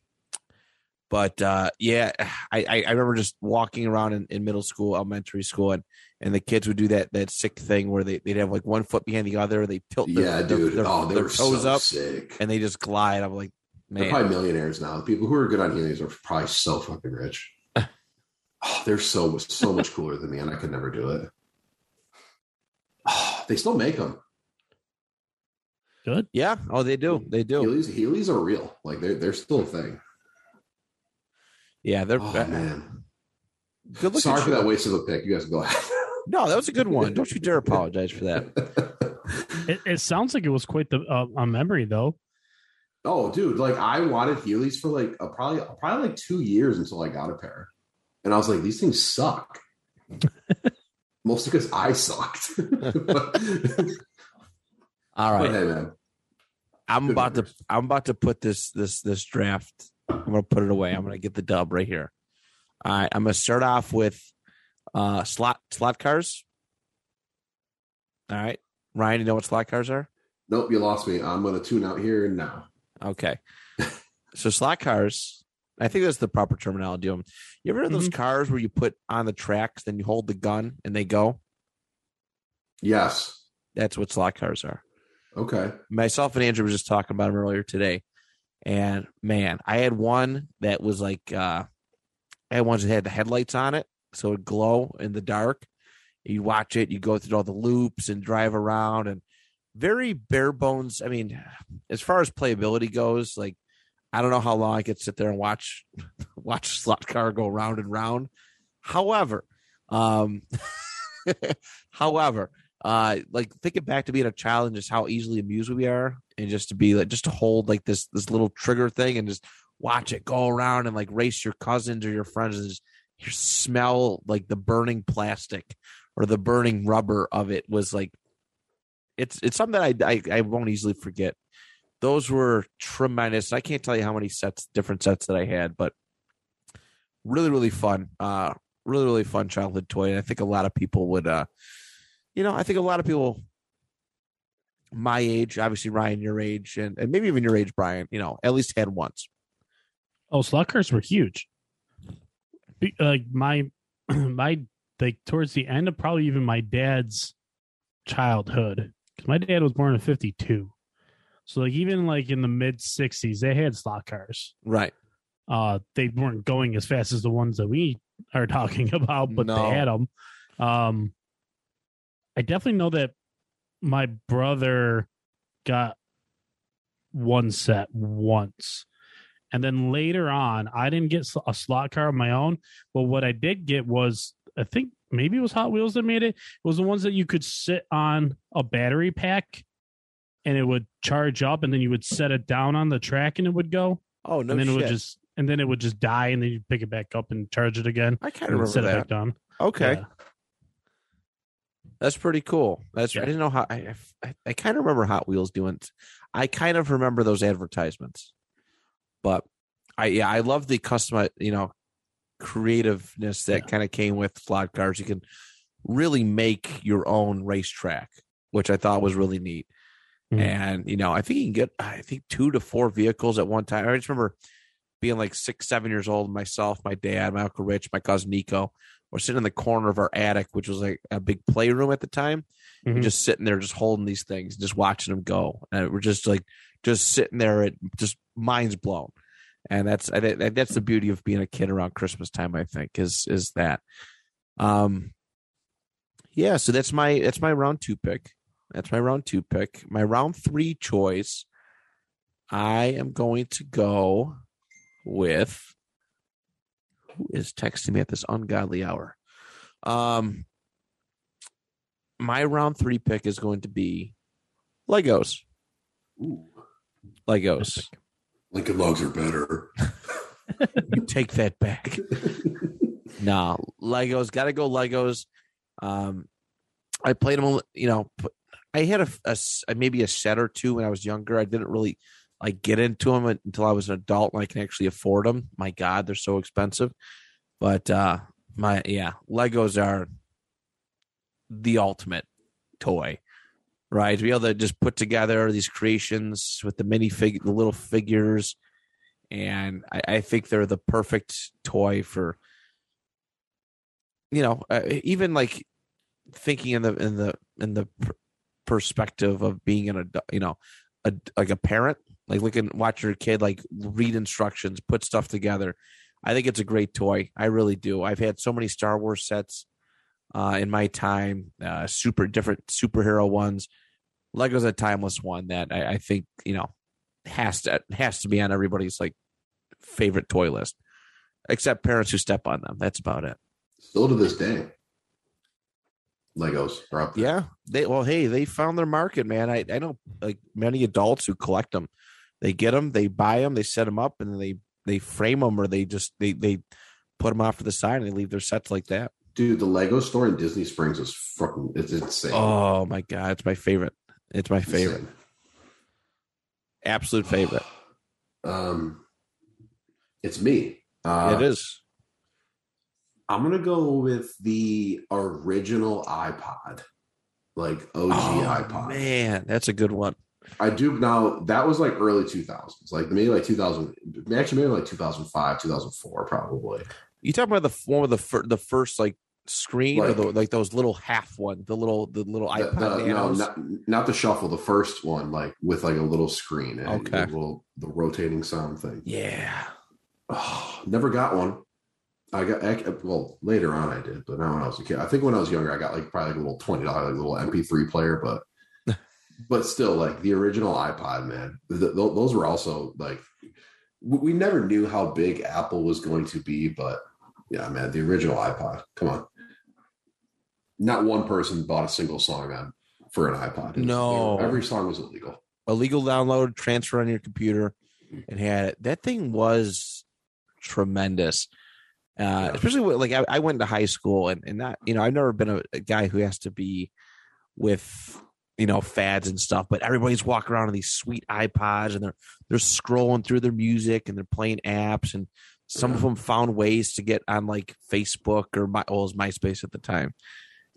[SPEAKER 1] but uh, yeah, I I, I remember just walking around in, in middle school, elementary school, and and the kids would do that that sick thing where they they'd have like one foot behind the other, they tilt their,
[SPEAKER 4] yeah,
[SPEAKER 1] their-
[SPEAKER 4] dude.
[SPEAKER 1] their-
[SPEAKER 4] oh, they
[SPEAKER 1] their
[SPEAKER 4] were
[SPEAKER 1] toes
[SPEAKER 4] so
[SPEAKER 1] up
[SPEAKER 4] sick.
[SPEAKER 1] and they just glide. I'm like,
[SPEAKER 4] They're
[SPEAKER 1] man,
[SPEAKER 4] probably millionaires now. The people who are good on Heelys are probably so fucking rich. oh, they're so so much cooler than me, and I could never do it. Oh, they still make them.
[SPEAKER 2] Good.
[SPEAKER 1] yeah, oh, they do, they do.
[SPEAKER 4] Heelys, Heelys are real. Like they're they're still a thing.
[SPEAKER 1] Yeah, they're
[SPEAKER 4] Oh man,
[SPEAKER 1] good looking.
[SPEAKER 4] sorry for that waste of a pick. You guys go ahead.
[SPEAKER 1] No, that was a good one. Don't you dare apologize for that.
[SPEAKER 2] It, it sounds like it was quite the uh, a memory though.
[SPEAKER 4] Oh, dude, like I wanted Heelys for like a, probably probably like two years until I got a pair, and I was like, these things suck. Mostly because I sucked. but,
[SPEAKER 1] All
[SPEAKER 4] but
[SPEAKER 1] right.
[SPEAKER 4] hey, man,
[SPEAKER 1] I'm
[SPEAKER 4] Good
[SPEAKER 1] about to
[SPEAKER 4] numbers.
[SPEAKER 1] I'm about to put this this this draft. I'm gonna put it away. I'm gonna get the dub right here. All right, I'm gonna start off with uh slot slot cars. All right. Ryan, you know what slot cars are?
[SPEAKER 4] nope, you lost me. I'm gonna tune out here and now.
[SPEAKER 1] Okay. so slot cars, I think that's the proper terminology. of 'em. You ever heard of those cars where you put on the tracks, then you hold the gun and they go?
[SPEAKER 4] Yes.
[SPEAKER 1] That's what slot cars are.
[SPEAKER 4] Okay.
[SPEAKER 1] myself and Andrew were just talking about him earlier today. And man, I had one that was like uh I had ones that had the headlights on it, so it would glow in the dark. You watch it, you go through all the loops and drive around and very bare bones. I mean, as far as playability goes, like I don't know how long I could sit there and watch watch a slot car go round and round. However, um however, uh like thinking back to being a child and just how easily amused we are and just to be like just to hold like this this little trigger thing and just watch it go around and like race your cousins or your friends and just you smell like the burning plastic or the burning rubber of it was like it's it's something I I, I won't easily forget. Those were tremendous. I can't tell you how many sets, different sets that I had, but really, really fun. Uh, really, really fun childhood toy. And I think a lot of people would uh, you know, I think a lot of people my age, obviously Ryan, your age, and, and maybe even your age, Brian, you know, at least had once.
[SPEAKER 2] Oh, slot cars were huge. Be- Like my my like towards the end of probably even my dad's childhood because my dad was born in fifty two, so like even like in the mid sixties they had slot cars.
[SPEAKER 1] Right.
[SPEAKER 2] Uh, they weren't going as fast as the ones that we are talking about, but
[SPEAKER 1] No.
[SPEAKER 2] they had them. Um, I definitely know that my brother got one set once. And then later on, I didn't get sl- a slot car of my own. But what I did get was, I think maybe it was Hot Wheels that made it. It was the ones that you could sit on a battery pack and it would charge up and then you would set it down on the track and it would go
[SPEAKER 1] Oh no
[SPEAKER 2] and then it would
[SPEAKER 1] shit.
[SPEAKER 2] just and then it would just die and then you pick it back up and charge it again
[SPEAKER 1] I kind
[SPEAKER 2] and
[SPEAKER 1] of remember
[SPEAKER 2] then set it
[SPEAKER 1] that.
[SPEAKER 2] back down
[SPEAKER 1] Okay,
[SPEAKER 2] Yeah.
[SPEAKER 1] that's pretty cool. That's I
[SPEAKER 2] Yeah.
[SPEAKER 1] didn't know how I I, I kind of remember Hot Wheels doing. I kind of remember those advertisements, but I yeah I love the custom you know creativeness that
[SPEAKER 2] Yeah.
[SPEAKER 1] kind of came with slot cars. You can really make your own racetrack, which I thought was really neat.
[SPEAKER 2] Mhm.
[SPEAKER 1] And you know, I think you can get I think two to four vehicles at one time. I just remember being like six, seven years old, myself, my dad, my uncle Rich, my cousin Nico, were sitting in the corner of our attic, which was like a big playroom at the time. and
[SPEAKER 2] Mhm.
[SPEAKER 1] Just sitting there, just holding these things, just watching them go, and we're just like just sitting there, at just minds blown. And that's I think that- that's the beauty of being a kid around Christmas time. I think is is that. Um. Yeah, so that's my that's my round two pick. That's my round two pick. My round three choice. I am going to go with who is texting me at this ungodly hour. Um, my round three pick is going to be Legos.
[SPEAKER 4] Ooh.
[SPEAKER 1] Legos.
[SPEAKER 4] Lincoln logs are better.
[SPEAKER 1] You take that back. Nah, Legos. Got to go Legos. Um, I played them. You know, p- I had a, a s- maybe a set or two when I was younger. I didn't really like get into them until I was an adult and I can actually afford them. My God, they're so expensive. But uh, my yeah, Legos are the ultimate toy. Right, to be able to just put together these creations with the minifig, the little figures, and I, I think they're the perfect toy for you know uh, even like thinking in the in the in the per- perspective of being an adult you know a, like a parent like looking watch your kid like read instructions put stuff together i think it's a great toy i really do i've had so many star wars sets uh in my time uh super different superhero ones lego's a timeless one that i, I think you know has to has to be on everybody's like favorite toy list except parents who step on them that's about it
[SPEAKER 4] Still to this day. Legos are up there.
[SPEAKER 1] Yeah. They well, hey, they found their market, man. I, I know like many adults who collect them. They get them, they buy them, they set them up, and then they they frame them or they just they they put them off to the side and they leave their sets like that.
[SPEAKER 4] Dude, the Lego store in Disney Springs is fucking it's insane.
[SPEAKER 1] Oh my god, it's my favorite. It's my favorite,
[SPEAKER 4] Insane.
[SPEAKER 1] absolute favorite.
[SPEAKER 4] Um it's me. Uh,
[SPEAKER 1] it is.
[SPEAKER 4] I'm gonna go with the original iPod, like OG
[SPEAKER 1] Oh,
[SPEAKER 4] iPod.
[SPEAKER 1] man, that's a good one.
[SPEAKER 4] I do now. That was like early 2000s, like maybe like 2000, actually maybe like 2005, 2004, probably.
[SPEAKER 1] You talking about the f- one with the fir- the first like screen or
[SPEAKER 4] Like-
[SPEAKER 1] the, like those little half one, the little the little
[SPEAKER 4] The-
[SPEAKER 1] iPod
[SPEAKER 4] the- no,
[SPEAKER 1] Nanos?
[SPEAKER 4] not, not the shuffle, the first one, like with like a little screen and
[SPEAKER 1] Okay.
[SPEAKER 4] a little the rotating sound thing.
[SPEAKER 1] Yeah,
[SPEAKER 4] Oh, never got one. I got ac- well later on. I did, but not when I was a kid. I think when I was younger, I got like probably like a little twenty dollar like little MP3 player, but but still like the original iPod, man. Th- th- those were also like w- we never knew how big Apple was going to be, but yeah, man, the original iPod. Come on, not one person bought a single song on for an iPod. It was-
[SPEAKER 1] No.
[SPEAKER 4] every song was illegal.
[SPEAKER 1] illegal download, transfer on your computer, and had it. That thing was tremendous. Uh, especially with, like I, I went to high school and and not you know I've never been a, a guy who has to be with you know fads and stuff, but everybody's walking around in these sweet iPods and they're they're scrolling through their music and they're playing apps and some of them found ways to get on like Facebook or my well, it was MySpace at the time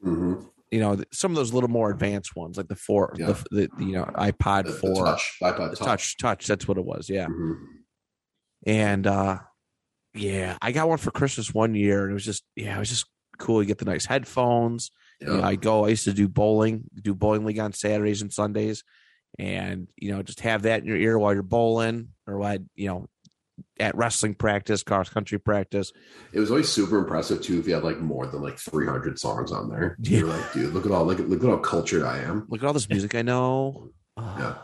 [SPEAKER 4] Mhm.
[SPEAKER 1] you know th- some of those little more advanced ones like the four
[SPEAKER 4] Yeah.
[SPEAKER 1] the, f- the, the you know ipod
[SPEAKER 4] The, the
[SPEAKER 1] four
[SPEAKER 4] touch, iPod
[SPEAKER 1] the touch touch that's what it was yeah
[SPEAKER 4] Mhm.
[SPEAKER 1] and uh yeah i got one for christmas one year and it was just yeah it was just cool you get the nice headphones
[SPEAKER 4] Yeah.
[SPEAKER 1] you know, i go i used to do bowling do bowling league on saturdays and sundays and you know just have that in your ear while you're bowling or while you know at wrestling practice cross country practice
[SPEAKER 4] It was always super impressive too if you had like more than like 300 songs on there. You're like, dude, look at all look at look at how cultured I am.
[SPEAKER 1] look at all this music i know Ah,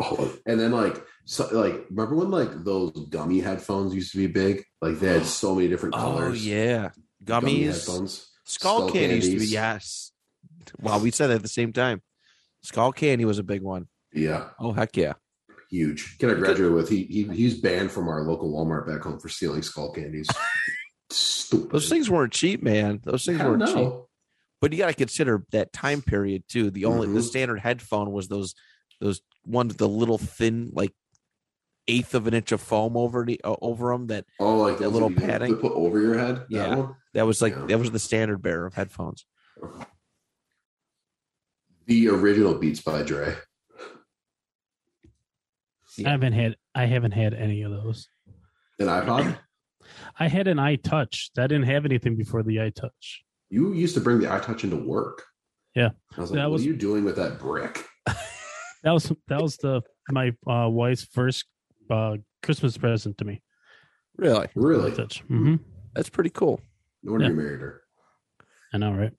[SPEAKER 4] Oh, and then like so like remember when like those gummy headphones used to be big? Like they had so many different
[SPEAKER 1] oh
[SPEAKER 4] colors.
[SPEAKER 1] yeah
[SPEAKER 4] Gummy
[SPEAKER 1] gummies
[SPEAKER 4] headphones.
[SPEAKER 1] Skull,
[SPEAKER 4] Skull
[SPEAKER 1] candy used to be
[SPEAKER 4] candies.
[SPEAKER 1] yes. Wow, we said that at the same time. Skull candy was a big one.
[SPEAKER 4] Yeah,
[SPEAKER 1] Oh heck yeah!
[SPEAKER 4] huge. Kid I graduated with he he he's banned from our local Walmart back home for stealing skull candies. Stupid.
[SPEAKER 1] Those things weren't cheap, man. Those things
[SPEAKER 4] Hell
[SPEAKER 1] weren't cheap.
[SPEAKER 4] no.
[SPEAKER 1] But you got to consider that time period too. The only the
[SPEAKER 4] Mhm.
[SPEAKER 1] standard headphone was those those ones with the little thin like eighth of an inch of foam over the, uh, over them. That
[SPEAKER 4] Oh, like
[SPEAKER 1] That
[SPEAKER 4] those
[SPEAKER 1] little
[SPEAKER 4] that you-
[SPEAKER 1] padding.
[SPEAKER 4] they put over your head. that
[SPEAKER 1] Yeah.
[SPEAKER 4] one?
[SPEAKER 1] that was like
[SPEAKER 4] Yeah.
[SPEAKER 1] that was the standard bearer of headphones.
[SPEAKER 4] The original Beats by Dre.
[SPEAKER 1] Yeah.
[SPEAKER 2] I haven't had I haven't had any of those.
[SPEAKER 4] An iPod.
[SPEAKER 2] I had an iTouch. That didn't have anything before the iTouch.
[SPEAKER 4] You used to bring the iTouch into work.
[SPEAKER 2] Yeah.
[SPEAKER 4] I was like,
[SPEAKER 2] That
[SPEAKER 4] what
[SPEAKER 2] was-
[SPEAKER 4] are you doing with that brick?
[SPEAKER 2] That was that was the my uh, wife's first uh, Christmas present to me.
[SPEAKER 1] Really,
[SPEAKER 4] Really?
[SPEAKER 2] iTouch. hmm
[SPEAKER 1] that's pretty cool.
[SPEAKER 4] No wonder
[SPEAKER 2] Yeah.
[SPEAKER 4] you married her.
[SPEAKER 2] I know, right?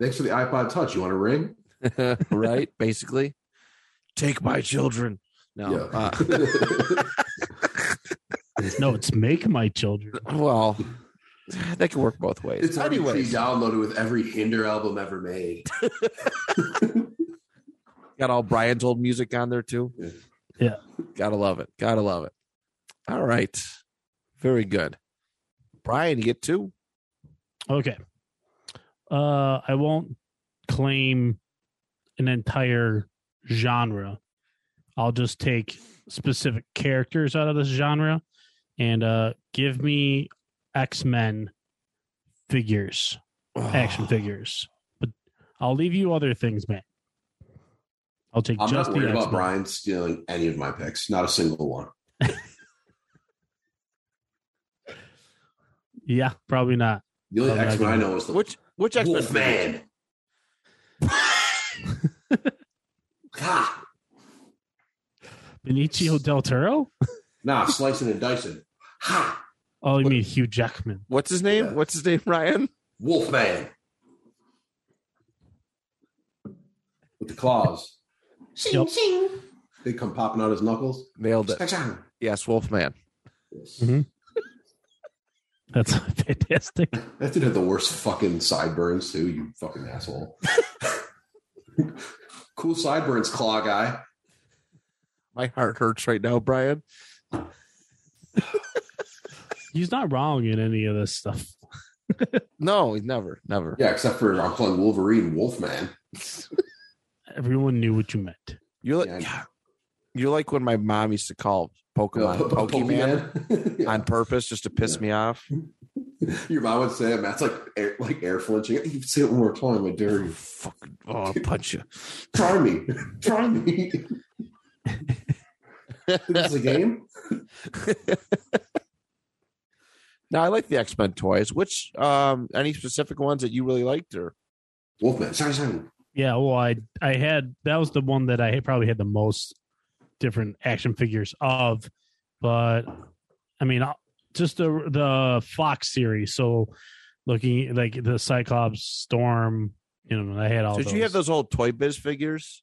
[SPEAKER 4] Thanks for the iPod Touch. You want a ring?
[SPEAKER 1] right? Basically, take my children. No, uh,
[SPEAKER 2] No, it's make my children.
[SPEAKER 1] Well, that could work both ways.
[SPEAKER 4] it's already
[SPEAKER 1] Anyways,
[SPEAKER 4] pre-downloaded with every Hinder album ever made.
[SPEAKER 1] got all Brian's old music on there too.
[SPEAKER 4] Yeah.
[SPEAKER 2] Yeah.
[SPEAKER 1] gotta love it. Gotta love it. All right, very good. Brian, you get two.
[SPEAKER 2] Okay. Uh, I won't claim an entire genre. I'll just take specific characters out of this genre and uh, give me X Men figures,
[SPEAKER 4] Ah.
[SPEAKER 2] action figures. But I'll leave you other things, man. I'll take
[SPEAKER 4] I'm
[SPEAKER 2] just
[SPEAKER 4] not worried
[SPEAKER 2] the
[SPEAKER 4] about
[SPEAKER 2] X Men.
[SPEAKER 4] Brian stealing any of my picks. Not a single one.
[SPEAKER 2] Yeah, probably not.
[SPEAKER 4] The only
[SPEAKER 2] I'm not
[SPEAKER 4] X Men I know is the
[SPEAKER 1] Which which X Men?
[SPEAKER 4] Wolfman. God,
[SPEAKER 2] Benicio del Toro?
[SPEAKER 4] nah, slicing and dicing. Ha,
[SPEAKER 2] Oh, you mean Hugh Jackman?
[SPEAKER 1] What's his name?
[SPEAKER 4] Yeah.
[SPEAKER 1] What's his name? Ryan.
[SPEAKER 4] Wolfman with the claws.
[SPEAKER 2] Yep.
[SPEAKER 4] They come popping out his knuckles.
[SPEAKER 1] Nailed it.
[SPEAKER 4] Cha-chang.
[SPEAKER 1] Yes, Wolfman.
[SPEAKER 4] Yes.
[SPEAKER 2] Mhm. That's fantastic.
[SPEAKER 4] That dude had the worst fucking sideburns too. You fucking asshole. cool sideburns, claw guy.
[SPEAKER 1] My heart hurts right now, Brian.
[SPEAKER 2] He's not wrong in any of this stuff.
[SPEAKER 1] No, never, never.
[SPEAKER 4] Yeah, except for I'm playing Wolverine, Wolfman.
[SPEAKER 2] Everyone knew what you meant.
[SPEAKER 1] You're like,
[SPEAKER 4] Yeah, I know.
[SPEAKER 1] you're like when my mom used to call Pokemon
[SPEAKER 4] Uh, Po-
[SPEAKER 1] Pokemon
[SPEAKER 4] Pokemon. Yeah.
[SPEAKER 1] on purpose just to piss me off.
[SPEAKER 4] Your mom would say it. Matt's like air, like air flinching. You say it one more time. I dare you.
[SPEAKER 1] Fucking, oh, I'll punch you.
[SPEAKER 4] Try me. Try me. this is a game.
[SPEAKER 1] Now I like the X Men toys. Which um any specific ones that you really liked or
[SPEAKER 4] Wolfman. Sorry, sorry.
[SPEAKER 2] Yeah, well, I I had that was the one that I probably had the most different action figures of, but I mean, uh, just the the Fox series. So looking like the Cyclops, Storm, you know, I had all.
[SPEAKER 1] did
[SPEAKER 2] those.
[SPEAKER 1] you have those old Toy Biz figures?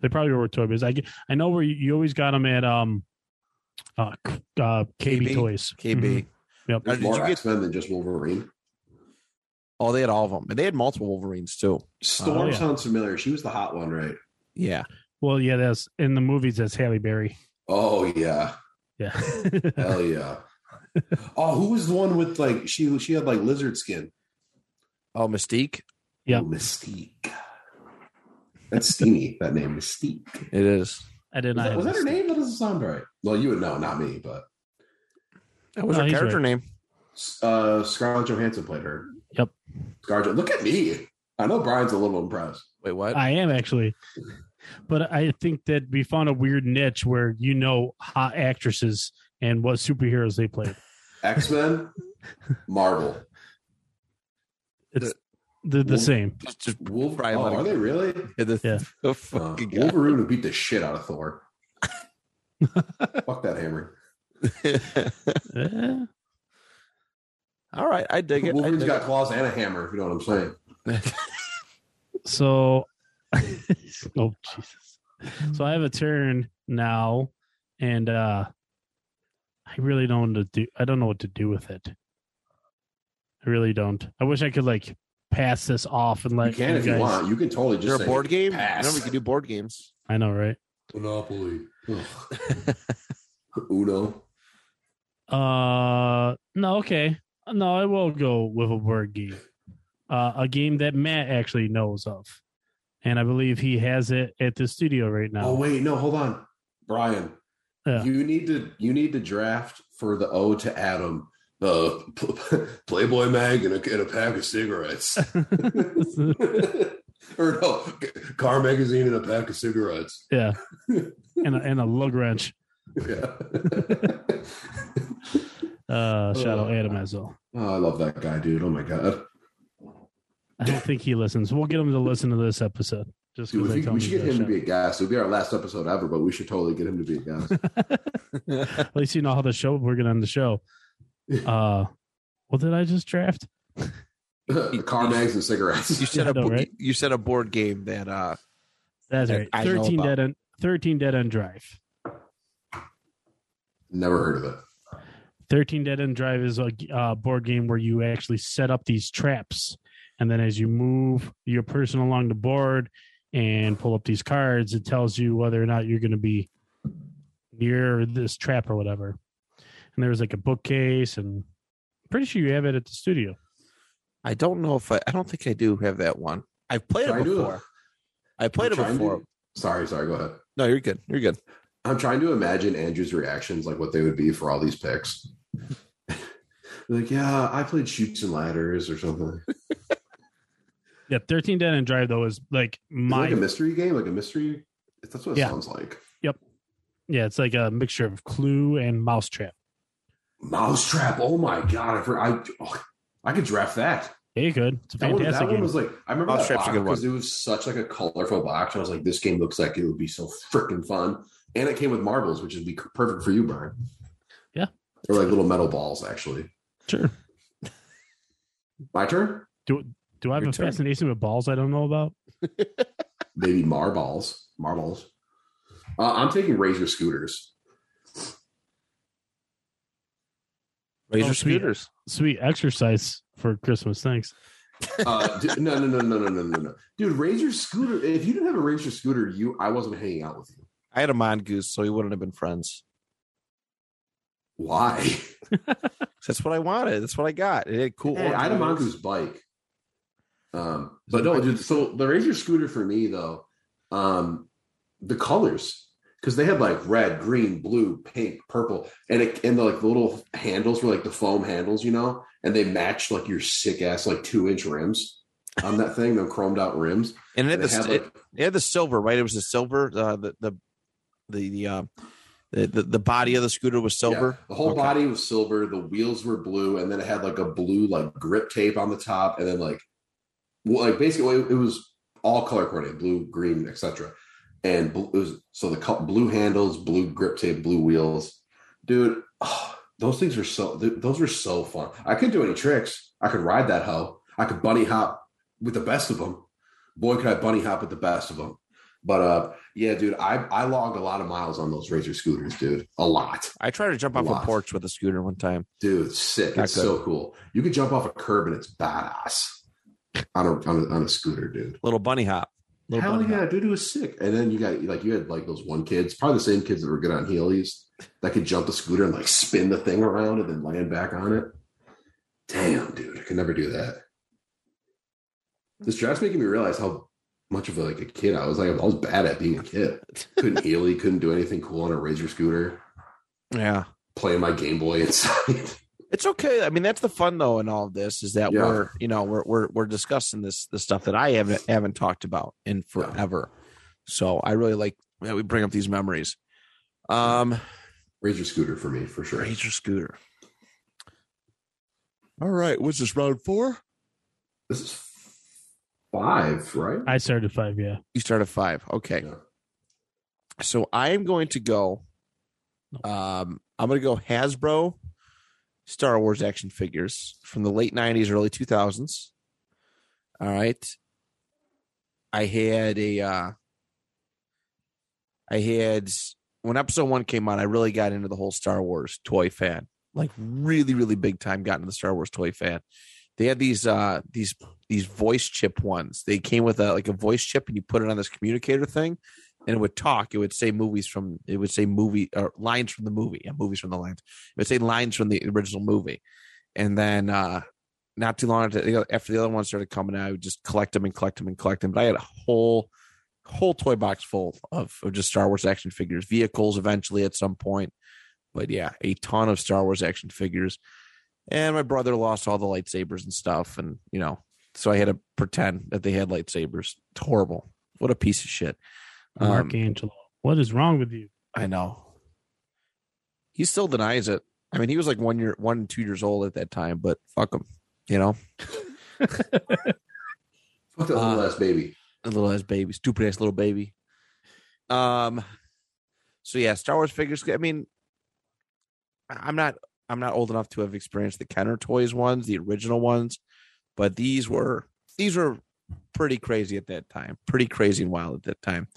[SPEAKER 2] They probably were toy biz. I get- I know where you, you always got them at um, uh, K- uh KB,
[SPEAKER 1] KB?
[SPEAKER 2] Toys.
[SPEAKER 1] KB.
[SPEAKER 4] Mm-hmm.
[SPEAKER 2] Mhm. Yep.
[SPEAKER 1] Now,
[SPEAKER 4] There's
[SPEAKER 1] did you
[SPEAKER 4] more
[SPEAKER 1] get?
[SPEAKER 4] X Men than just Wolverine.
[SPEAKER 1] Oh, they had all of them, and they had multiple Wolverines too.
[SPEAKER 4] Storm
[SPEAKER 2] Oh, yeah.
[SPEAKER 4] sounds familiar. She was the hot one, right?
[SPEAKER 1] Yeah,
[SPEAKER 2] Well, yeah, that's in the movies. That's Halle Berry.
[SPEAKER 4] Oh yeah,
[SPEAKER 2] Yeah.
[SPEAKER 4] hell yeah. oh, who was the one with like she she had like lizard skin?
[SPEAKER 1] Oh, Mystique.
[SPEAKER 2] Yeah.
[SPEAKER 4] Oh, Mystique. That's steamy. that name, Mystique.
[SPEAKER 1] It is.
[SPEAKER 2] I did
[SPEAKER 4] Was
[SPEAKER 2] not.
[SPEAKER 4] that,
[SPEAKER 2] have
[SPEAKER 4] was that
[SPEAKER 2] this.
[SPEAKER 4] her name? That doesn't sound right. Well, you would know, not me, but
[SPEAKER 1] That was
[SPEAKER 2] No,
[SPEAKER 1] her
[SPEAKER 2] he's
[SPEAKER 1] character
[SPEAKER 2] right.
[SPEAKER 1] name.
[SPEAKER 4] uh, Scarlett Johansson played her.
[SPEAKER 2] Yep.
[SPEAKER 4] Scarlett, look at me. I know Brian's a little impressed.
[SPEAKER 1] Wait, what?
[SPEAKER 2] I am actually, but I think that we found a weird niche where you know hot actresses and what superheroes they played.
[SPEAKER 4] X Men, Marvel,
[SPEAKER 2] It's the the
[SPEAKER 4] Well,
[SPEAKER 2] same.
[SPEAKER 1] just, just
[SPEAKER 4] Wolf.
[SPEAKER 1] Brian,
[SPEAKER 4] oh,
[SPEAKER 1] let him
[SPEAKER 4] are they really?
[SPEAKER 1] the,
[SPEAKER 2] Yeah.
[SPEAKER 1] the
[SPEAKER 4] Uh,
[SPEAKER 1] fucking guy.
[SPEAKER 4] Wolverine would beat the shit out of Thor. Fuck that hammer.
[SPEAKER 2] Eh,
[SPEAKER 1] all right, I dig it. I
[SPEAKER 4] Wolverine's
[SPEAKER 1] dig
[SPEAKER 4] got claws and a hammer. If you know what I'm saying.
[SPEAKER 1] it.
[SPEAKER 2] So, oh Jesus! So I have a turn now, and uh I really don't know to do. I don't know what to do with it. I really don't. I wish I could like pass this off and let
[SPEAKER 4] you can if you
[SPEAKER 2] guys-
[SPEAKER 4] want. You can totally
[SPEAKER 1] Is
[SPEAKER 4] just
[SPEAKER 1] there a
[SPEAKER 4] say
[SPEAKER 1] board game?
[SPEAKER 4] pass.
[SPEAKER 1] Remember, we can do board games.
[SPEAKER 2] I know, right?
[SPEAKER 4] Monopoly. Ugh. Uno.
[SPEAKER 2] Uh, no, okay. No, I will go with a word game. Uh, a game that Matt actually knows of. And I believe he has it at the studio right now.
[SPEAKER 4] Oh wait, no, hold on, Brian.
[SPEAKER 2] Yeah.
[SPEAKER 4] You need to you need to draft for the O to Adam the p- Playboy mag and a, and a pack of cigarettes, Oh, or no, car magazine and a pack of cigarettes.
[SPEAKER 2] yeah. and, a, and a lug wrench.
[SPEAKER 4] Yeah.
[SPEAKER 2] Uh, shout out
[SPEAKER 4] Oh.
[SPEAKER 2] Adam Ezell.
[SPEAKER 4] oh, I love that guy, dude. Oh my god,
[SPEAKER 2] I don't think he listens. We'll get him to listen to this episode. Just
[SPEAKER 4] dude.
[SPEAKER 2] because
[SPEAKER 4] if
[SPEAKER 2] I
[SPEAKER 4] we,
[SPEAKER 2] tell him
[SPEAKER 4] we should
[SPEAKER 2] to
[SPEAKER 4] get
[SPEAKER 2] go
[SPEAKER 4] him to
[SPEAKER 2] shout.
[SPEAKER 4] be a guest. It'll be our last episode ever, but we should totally get him to be a guest.
[SPEAKER 2] At least you know how the show we're gonna end the show. Uh, what did I just draft?
[SPEAKER 4] car mags and cigarettes.
[SPEAKER 1] You said
[SPEAKER 2] Yeah, I
[SPEAKER 1] a
[SPEAKER 2] know,
[SPEAKER 1] bo-
[SPEAKER 2] right?
[SPEAKER 1] you said a board game that uh
[SPEAKER 2] That's
[SPEAKER 1] That
[SPEAKER 2] right.
[SPEAKER 1] I know
[SPEAKER 2] Thirteen
[SPEAKER 1] about.
[SPEAKER 2] dead end. Thirteen dead end drive.
[SPEAKER 4] Never heard of it.
[SPEAKER 2] 13 Dead End Drive is a uh, board game where you actually set up these traps. And then as you move your person along the board and pull up these cards, it tells you whether or not you're going to be near this trap or whatever. And there was like a bookcase, and pretty sure you have it at the studio.
[SPEAKER 1] I don't know if I I don't think I do have that one. I've played
[SPEAKER 4] Try
[SPEAKER 1] it
[SPEAKER 4] and do it.
[SPEAKER 1] before. I played it
[SPEAKER 4] Try and do-
[SPEAKER 1] before.
[SPEAKER 4] Sorry, sorry. Go ahead.
[SPEAKER 1] No, you're good. You're good.
[SPEAKER 4] I'm trying to imagine Andrew's reactions, like what they would be for all these picks. like, yeah, I played shoots and ladders or something. Is
[SPEAKER 2] Yeah, 13 Dead End Drive, though, is like
[SPEAKER 4] it
[SPEAKER 2] my.
[SPEAKER 4] like a mystery game, like a mystery. That's what it
[SPEAKER 2] Yeah.
[SPEAKER 4] sounds like.
[SPEAKER 2] yeah, it's like a mixture of Clue and Mousetrap.
[SPEAKER 4] Mousetrap. Oh my god! I for- I, oh, I could draft that.
[SPEAKER 2] Yeah, you could. It's a
[SPEAKER 4] That one, that
[SPEAKER 2] fantastic
[SPEAKER 4] one
[SPEAKER 2] game.
[SPEAKER 4] was like I remember
[SPEAKER 1] Mousetrap's a
[SPEAKER 4] that
[SPEAKER 1] good
[SPEAKER 4] because it was such like a colorful box. I was like, this game looks like it would be so freaking fun, and it came with marbles, which would be perfect for you, Brian.
[SPEAKER 2] Yeah.
[SPEAKER 4] or like little metal balls. Actually,
[SPEAKER 2] sure.
[SPEAKER 4] my turn.
[SPEAKER 2] Do I have
[SPEAKER 1] Your
[SPEAKER 2] a
[SPEAKER 1] turn.
[SPEAKER 2] fascination with balls I don't know about?
[SPEAKER 4] maybe marbles, marbles. Uh, I'm taking razor scooters.
[SPEAKER 1] Razor
[SPEAKER 2] Oh, sweet.
[SPEAKER 1] scooters.
[SPEAKER 2] Sweet exercise for Christmas. Thanks.
[SPEAKER 4] Uh, dude, no, no, no, no, no, no, no, no, dude. Razor scooter. If you didn't have a Razor scooter, you I wasn't hanging out with you.
[SPEAKER 1] I had a mongoose, so we wouldn't have been friends.
[SPEAKER 4] Why?
[SPEAKER 1] That's what I wanted. That's what I got. It had cool.
[SPEAKER 4] Hey, I had a
[SPEAKER 1] ornaments.
[SPEAKER 4] mongoose bike. Um, but no, dude. So the Razor scooter for me though, um, the colors because they had like red, green, blue, pink, purple, and it and the like the little handles were like the foam handles, you know, and they matched like your sick ass like two inch rims on that thing, them chromed out rims.
[SPEAKER 1] And it had
[SPEAKER 4] And
[SPEAKER 1] the
[SPEAKER 4] they had,
[SPEAKER 1] it, it had the silver, right? It was the silver. Uh, the the the the, uh, the the the body of the scooter was silver.
[SPEAKER 4] Yeah, the whole
[SPEAKER 1] Okay.
[SPEAKER 4] body was silver. The wheels were blue, and then it had like a blue like grip tape on the top, and then like, well, like basically it was all color coordinated, blue, green, etc. And bl- it was so the col- blue handles, blue grip tape, blue wheels, dude. oh, those things were so th- those were so fun. I couldn't do any tricks. I could ride that hoe. I could bunny hop with the best of them. Boy, could I bunny hop with the best of them. But uh, yeah, dude, I I logged a lot of miles on those Razor scooters, dude. A lot
[SPEAKER 1] I tried to jump off
[SPEAKER 4] Wow.
[SPEAKER 1] a porch with a scooter one time.
[SPEAKER 4] dude it's sick
[SPEAKER 1] Not
[SPEAKER 4] it's
[SPEAKER 1] good.
[SPEAKER 4] so cool you can jump off a curb and it's badass on a on a, on a scooter dude
[SPEAKER 1] Little bunny hop. Little
[SPEAKER 4] hell
[SPEAKER 1] bunny
[SPEAKER 4] yeah
[SPEAKER 1] hop.
[SPEAKER 4] dude it was sick and then you got like you had like those one kids probably the same kids that were good on heelys that could jump the scooter and like spin the thing around and then land back on it damn dude i could never do that this draft's making me realize how much of a, like a kid i was like i was bad at being a kid couldn't heely couldn't do anything cool on a razor scooter
[SPEAKER 1] Yeah.
[SPEAKER 4] playing my game boy inside
[SPEAKER 1] It's okay. I mean, that's the fun though in all of this is that
[SPEAKER 4] Yeah.
[SPEAKER 1] we're you know we're we're we're discussing this the stuff that I haven't haven't talked about in forever. So I really like that we bring up these memories. Um,
[SPEAKER 4] razor scooter for me for sure
[SPEAKER 1] Razor scooter. All right, what's this round four?
[SPEAKER 4] This is five, right?
[SPEAKER 2] I started five. Yeah.
[SPEAKER 1] You start at five. Okay.
[SPEAKER 4] Yeah.
[SPEAKER 1] So I am going to go.
[SPEAKER 2] No.
[SPEAKER 1] Um, I'm going to go Hasbro Star Wars action figures from the late '90s, early 2000s. All right. I had a. Uh, I had when Episode One came out. I really got into the whole Star Wars toy fan, like really, really big time. Got into the Star Wars toy fan. They had these uh these these voice chip ones. They came with a like a voice chip, and you put it on this communicator thing and it would talk. It would say movies from it would say movie or lines from the movie. Yeah, movies from the lines. It would say lines from the original movie. And then uh not too long after the, after the other one started coming out, I would just collect them and collect them and collect them. But I had a whole whole toy box full of, of just Star Wars action figures, vehicles eventually at some point. But yeah, a ton of Star Wars action figures. And my brother lost all the lightsabers and stuff. And, you know, so I had to pretend that they had lightsabers. It's horrible. What a piece of shit. Um,
[SPEAKER 2] Mark Angelo. What is wrong with you?
[SPEAKER 1] I know. He still denies it. I mean, he was like one year, one, two years old at that time, but fuck him, you know,
[SPEAKER 4] Fuck that little
[SPEAKER 1] Uh,
[SPEAKER 4] ass baby.
[SPEAKER 1] a little ass baby, stupid ass little baby. Um, so yeah, Star Wars figures. I mean, I- I'm not, I'm not old enough to have experienced the Kenner toys ones, the original ones, but these were, these were pretty crazy at that time, pretty crazy and wild at that time.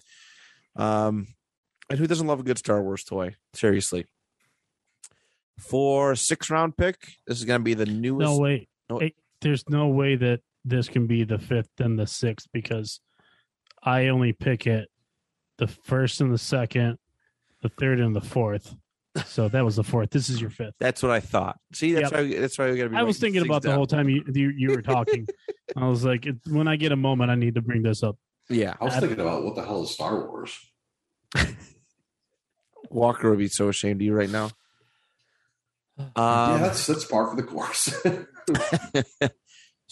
[SPEAKER 1] Um, and who doesn't love a good Star Wars toy? Seriously. For six round pick, this is going to be the newest.
[SPEAKER 2] No, wait.
[SPEAKER 1] No.
[SPEAKER 2] Hey, there's no way that this can be the fifth and the sixth because I only pick it the first and the second, the third and the fourth. So that was the fourth. This is your fifth.
[SPEAKER 1] That's what I thought. See, that's
[SPEAKER 2] Yep.
[SPEAKER 1] why. That's why we got to be.
[SPEAKER 2] I was
[SPEAKER 1] writing
[SPEAKER 2] thinking
[SPEAKER 1] things
[SPEAKER 2] about the
[SPEAKER 1] down.
[SPEAKER 2] whole time you you, you were talking. I was like, it, when I get a moment, I need to bring this up.
[SPEAKER 1] Yeah,
[SPEAKER 4] I was
[SPEAKER 2] I-
[SPEAKER 4] thinking about what the hell is Star Wars?
[SPEAKER 1] Walker would be so ashamed of you right now. Um,
[SPEAKER 4] yeah, that's that's par for the course.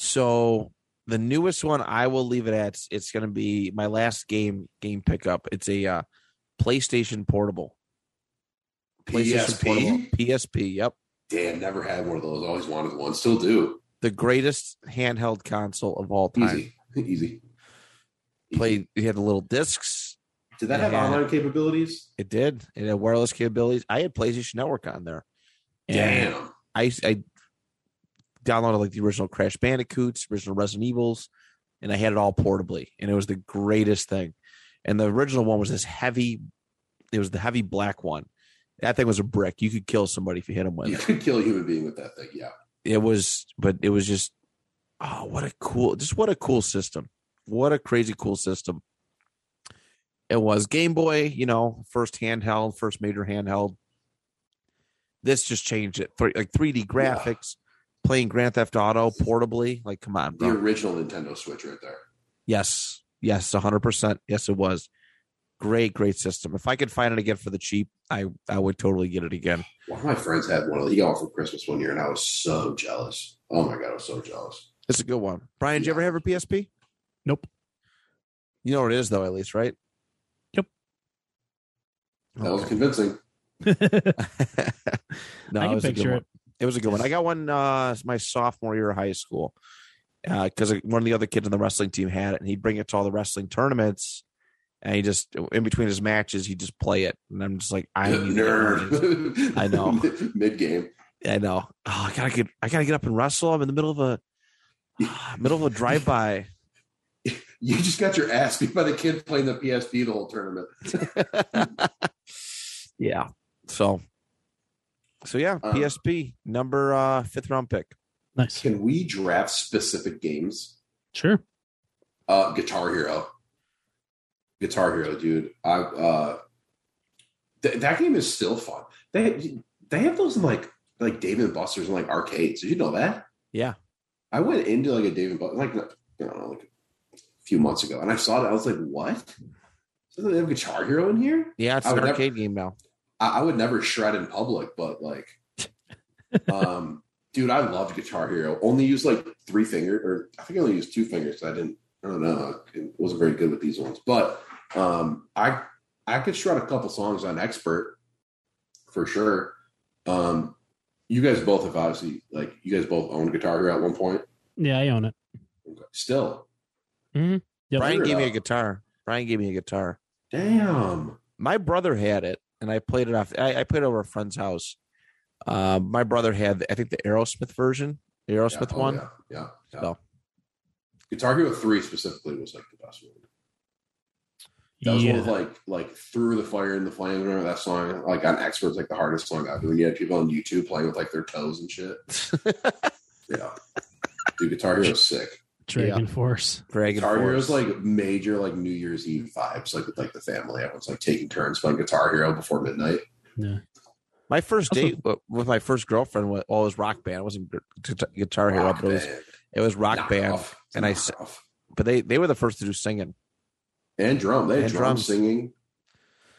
[SPEAKER 1] So the newest one, I will leave it at. It's going to be my last game game pickup. It's a uh, PlayStation Portable. PlayStation Portable
[SPEAKER 4] PSP.
[SPEAKER 1] PSP. Yep,
[SPEAKER 4] Damn, never had one of those. Always wanted one. Still do.
[SPEAKER 1] the greatest handheld console of all time.
[SPEAKER 4] Easy, easy.
[SPEAKER 1] Played. It had the little discs.
[SPEAKER 4] Did that have
[SPEAKER 1] Yeah.
[SPEAKER 4] online capabilities?
[SPEAKER 1] It did. It had wireless capabilities. I had PlayStation Network on there. And
[SPEAKER 4] Damn.
[SPEAKER 1] I I downloaded like the original Crash Bandicoots, original Resident Evils, and I had it all portably, and it was the greatest thing. And the original one was this heavy, it was the heavy black one, That thing was a brick. You could kill somebody if you hit them with
[SPEAKER 4] You
[SPEAKER 1] it.
[SPEAKER 4] could kill a human being with that thing. Yeah.
[SPEAKER 1] It was, but it was just, oh, what a cool, just what a cool system. What a crazy cool system. It was Game Boy, you know, first handheld, first major handheld. This just changed it. Three, like 3D graphics, playing Grand Theft Auto portably. Like, come on,
[SPEAKER 4] The
[SPEAKER 1] bro.
[SPEAKER 4] original Nintendo Switch right there.
[SPEAKER 1] Yes. Yes, 100%. Yes, it was. Great, great system. If I could find it again for the cheap, I I would totally get it again.
[SPEAKER 4] One of my friends had one of those. He got one for Christmas one year, and I was so jealous. Oh my god, I was so jealous.
[SPEAKER 1] It's a good one. Brian, do you
[SPEAKER 4] Yeah.
[SPEAKER 1] ever have a PSP?
[SPEAKER 2] Nope.
[SPEAKER 1] You know what it is though, at least, right? Oh,
[SPEAKER 2] Yep.
[SPEAKER 4] That was
[SPEAKER 1] Okay.
[SPEAKER 4] convincing.
[SPEAKER 1] no,
[SPEAKER 2] I
[SPEAKER 1] it
[SPEAKER 2] can
[SPEAKER 1] was a good
[SPEAKER 2] picture
[SPEAKER 1] one.
[SPEAKER 2] it.
[SPEAKER 1] It was a good one. I got one uh my sophomore year of high school. because one of the other kids on the wrestling team had it and he'd bring it to all the wrestling tournaments and he just in between his matches he'd just play it and I'm just like I need that.
[SPEAKER 4] nerd.
[SPEAKER 1] I know.
[SPEAKER 4] Mid game.
[SPEAKER 1] I know. Oh, I gotta get. I gotta get up and wrestle. I'm in the middle of a middle of a drive by.
[SPEAKER 4] You just got your ass beat by the kid playing the PSP the whole tournament.
[SPEAKER 1] yeah. So. So yeah,
[SPEAKER 4] Um,
[SPEAKER 1] PSP number uh fifth round pick.
[SPEAKER 2] Nice.
[SPEAKER 4] Can we draft specific games?
[SPEAKER 2] Sure.
[SPEAKER 4] Uh, Guitar Hero. Guitar Hero, dude. I uh, th- that game is still fun. They they have those in like like David and Buster's and like arcades. Did you know that?
[SPEAKER 1] Yeah.
[SPEAKER 4] I went into like a David Buster like I don't know like a few months ago, and I saw it. I was like, what? Doesn't they have Guitar Hero in here?
[SPEAKER 1] Yeah, it's
[SPEAKER 4] I
[SPEAKER 1] an
[SPEAKER 4] would never-
[SPEAKER 1] arcade game now.
[SPEAKER 4] I, I would never shred in public, but like, um, dude, I loved Guitar Hero. Only used like three fingers, or I think I only used two fingers. I didn't, I don't know, I wasn't very good with these ones. But um, I I could shred a couple songs on Expert for sure. Um, you guys both have obviously like you guys both owned Guitar Hero at one point.
[SPEAKER 2] Yeah, I own it.
[SPEAKER 4] Still,
[SPEAKER 2] Yep.
[SPEAKER 1] Brian
[SPEAKER 4] Figure it
[SPEAKER 1] gave me a
[SPEAKER 4] out.
[SPEAKER 1] guitar. Brian gave me a guitar.
[SPEAKER 4] damn.
[SPEAKER 1] My brother had it, and I played it off. I, I played it over a friend's house. Uh, my brother had, I think, the Aerosmith version, the Aerosmith
[SPEAKER 4] Yeah, oh,
[SPEAKER 1] one.
[SPEAKER 4] Yeah, yeah. yeah.
[SPEAKER 1] So.
[SPEAKER 4] Guitar Hero Three specifically was like the best one. That was one
[SPEAKER 2] Yeah.
[SPEAKER 4] of like like through the fire in the flame. Remember that song? Like on experts, like the hardest song out there. When you had people on YouTube playing with like their toes and shit. Yeah, dude, Guitar Hero's sick.
[SPEAKER 2] Dragon Force.
[SPEAKER 1] Dragon
[SPEAKER 4] Guitar
[SPEAKER 1] Force.
[SPEAKER 4] Hero's like major like New Year's Eve vibes, like with like the family. Everyone's like taking turns playing Guitar Hero before midnight.
[SPEAKER 2] Yeah.
[SPEAKER 1] my first
[SPEAKER 2] Also-
[SPEAKER 1] date wi- with my first girlfriend was well, it was Rock Band. It wasn't gu- gu- Guitar Hero, but it was
[SPEAKER 4] Band,
[SPEAKER 1] it was Rock
[SPEAKER 4] Knock
[SPEAKER 1] Band.
[SPEAKER 4] Off,
[SPEAKER 1] and I
[SPEAKER 4] Knock
[SPEAKER 1] s-
[SPEAKER 4] Off.
[SPEAKER 1] but they they were the first to do singing.
[SPEAKER 4] and drum. They had
[SPEAKER 1] And
[SPEAKER 4] drum
[SPEAKER 1] drums.
[SPEAKER 4] singing,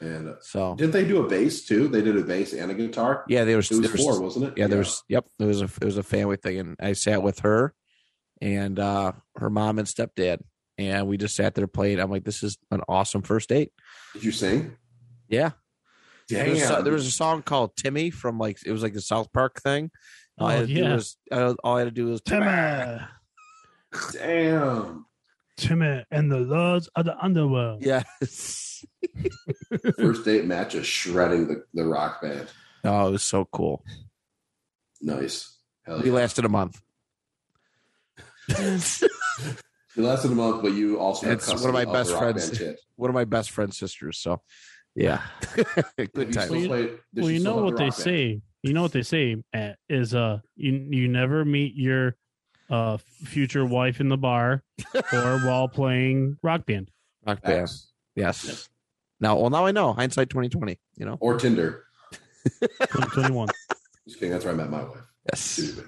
[SPEAKER 4] and uh,
[SPEAKER 1] So
[SPEAKER 4] didn't they do a bass too? They did a bass and a guitar.
[SPEAKER 1] yeah, there was,
[SPEAKER 4] It was
[SPEAKER 1] there was-
[SPEAKER 4] four, wasn't it?
[SPEAKER 1] yeah, there was yep, there was a it was a family thing, and I sat with her and uh her mom and stepdad, and we just sat there playing. I'm like, this is an awesome first date.
[SPEAKER 4] Did you sing?
[SPEAKER 1] Yeah,
[SPEAKER 4] Damn.
[SPEAKER 1] there was, so- there was a song called Timmy from like it was like a South Park thing. All I
[SPEAKER 2] Oh,
[SPEAKER 1] had to do
[SPEAKER 2] yeah.
[SPEAKER 1] was uh, all I had to do was
[SPEAKER 2] Timmy.
[SPEAKER 4] Damn.
[SPEAKER 2] Timmy and the lords of the underworld.
[SPEAKER 1] Yes.
[SPEAKER 4] First date match is shredding the, the rock band.
[SPEAKER 1] Oh, it was so cool.
[SPEAKER 4] Nice. Hell
[SPEAKER 1] We
[SPEAKER 4] yeah.
[SPEAKER 1] lasted a month.
[SPEAKER 4] You lasted a month, but you also had
[SPEAKER 1] It's one of
[SPEAKER 4] custody
[SPEAKER 1] my
[SPEAKER 4] the
[SPEAKER 1] best
[SPEAKER 4] rock
[SPEAKER 1] friends.
[SPEAKER 4] band kid.
[SPEAKER 1] One of my best friend's sisters. So, yeah, good
[SPEAKER 4] Did you
[SPEAKER 1] time.
[SPEAKER 4] still
[SPEAKER 2] Well, you-
[SPEAKER 4] play- did
[SPEAKER 2] well, you
[SPEAKER 4] still
[SPEAKER 2] know
[SPEAKER 4] have the
[SPEAKER 2] what they
[SPEAKER 4] rock band?
[SPEAKER 2] say. You know what they say Matt, is uh you you never meet your uh future wife in the bar or while playing rock band.
[SPEAKER 1] Rock band.
[SPEAKER 4] Facts.
[SPEAKER 1] Yes.
[SPEAKER 4] Yep.
[SPEAKER 1] Now, well, now I know hindsight twenty twenty. You know.
[SPEAKER 4] Or Tinder.
[SPEAKER 2] 2021.
[SPEAKER 4] Just kidding. That's where I met my wife.
[SPEAKER 1] Yes.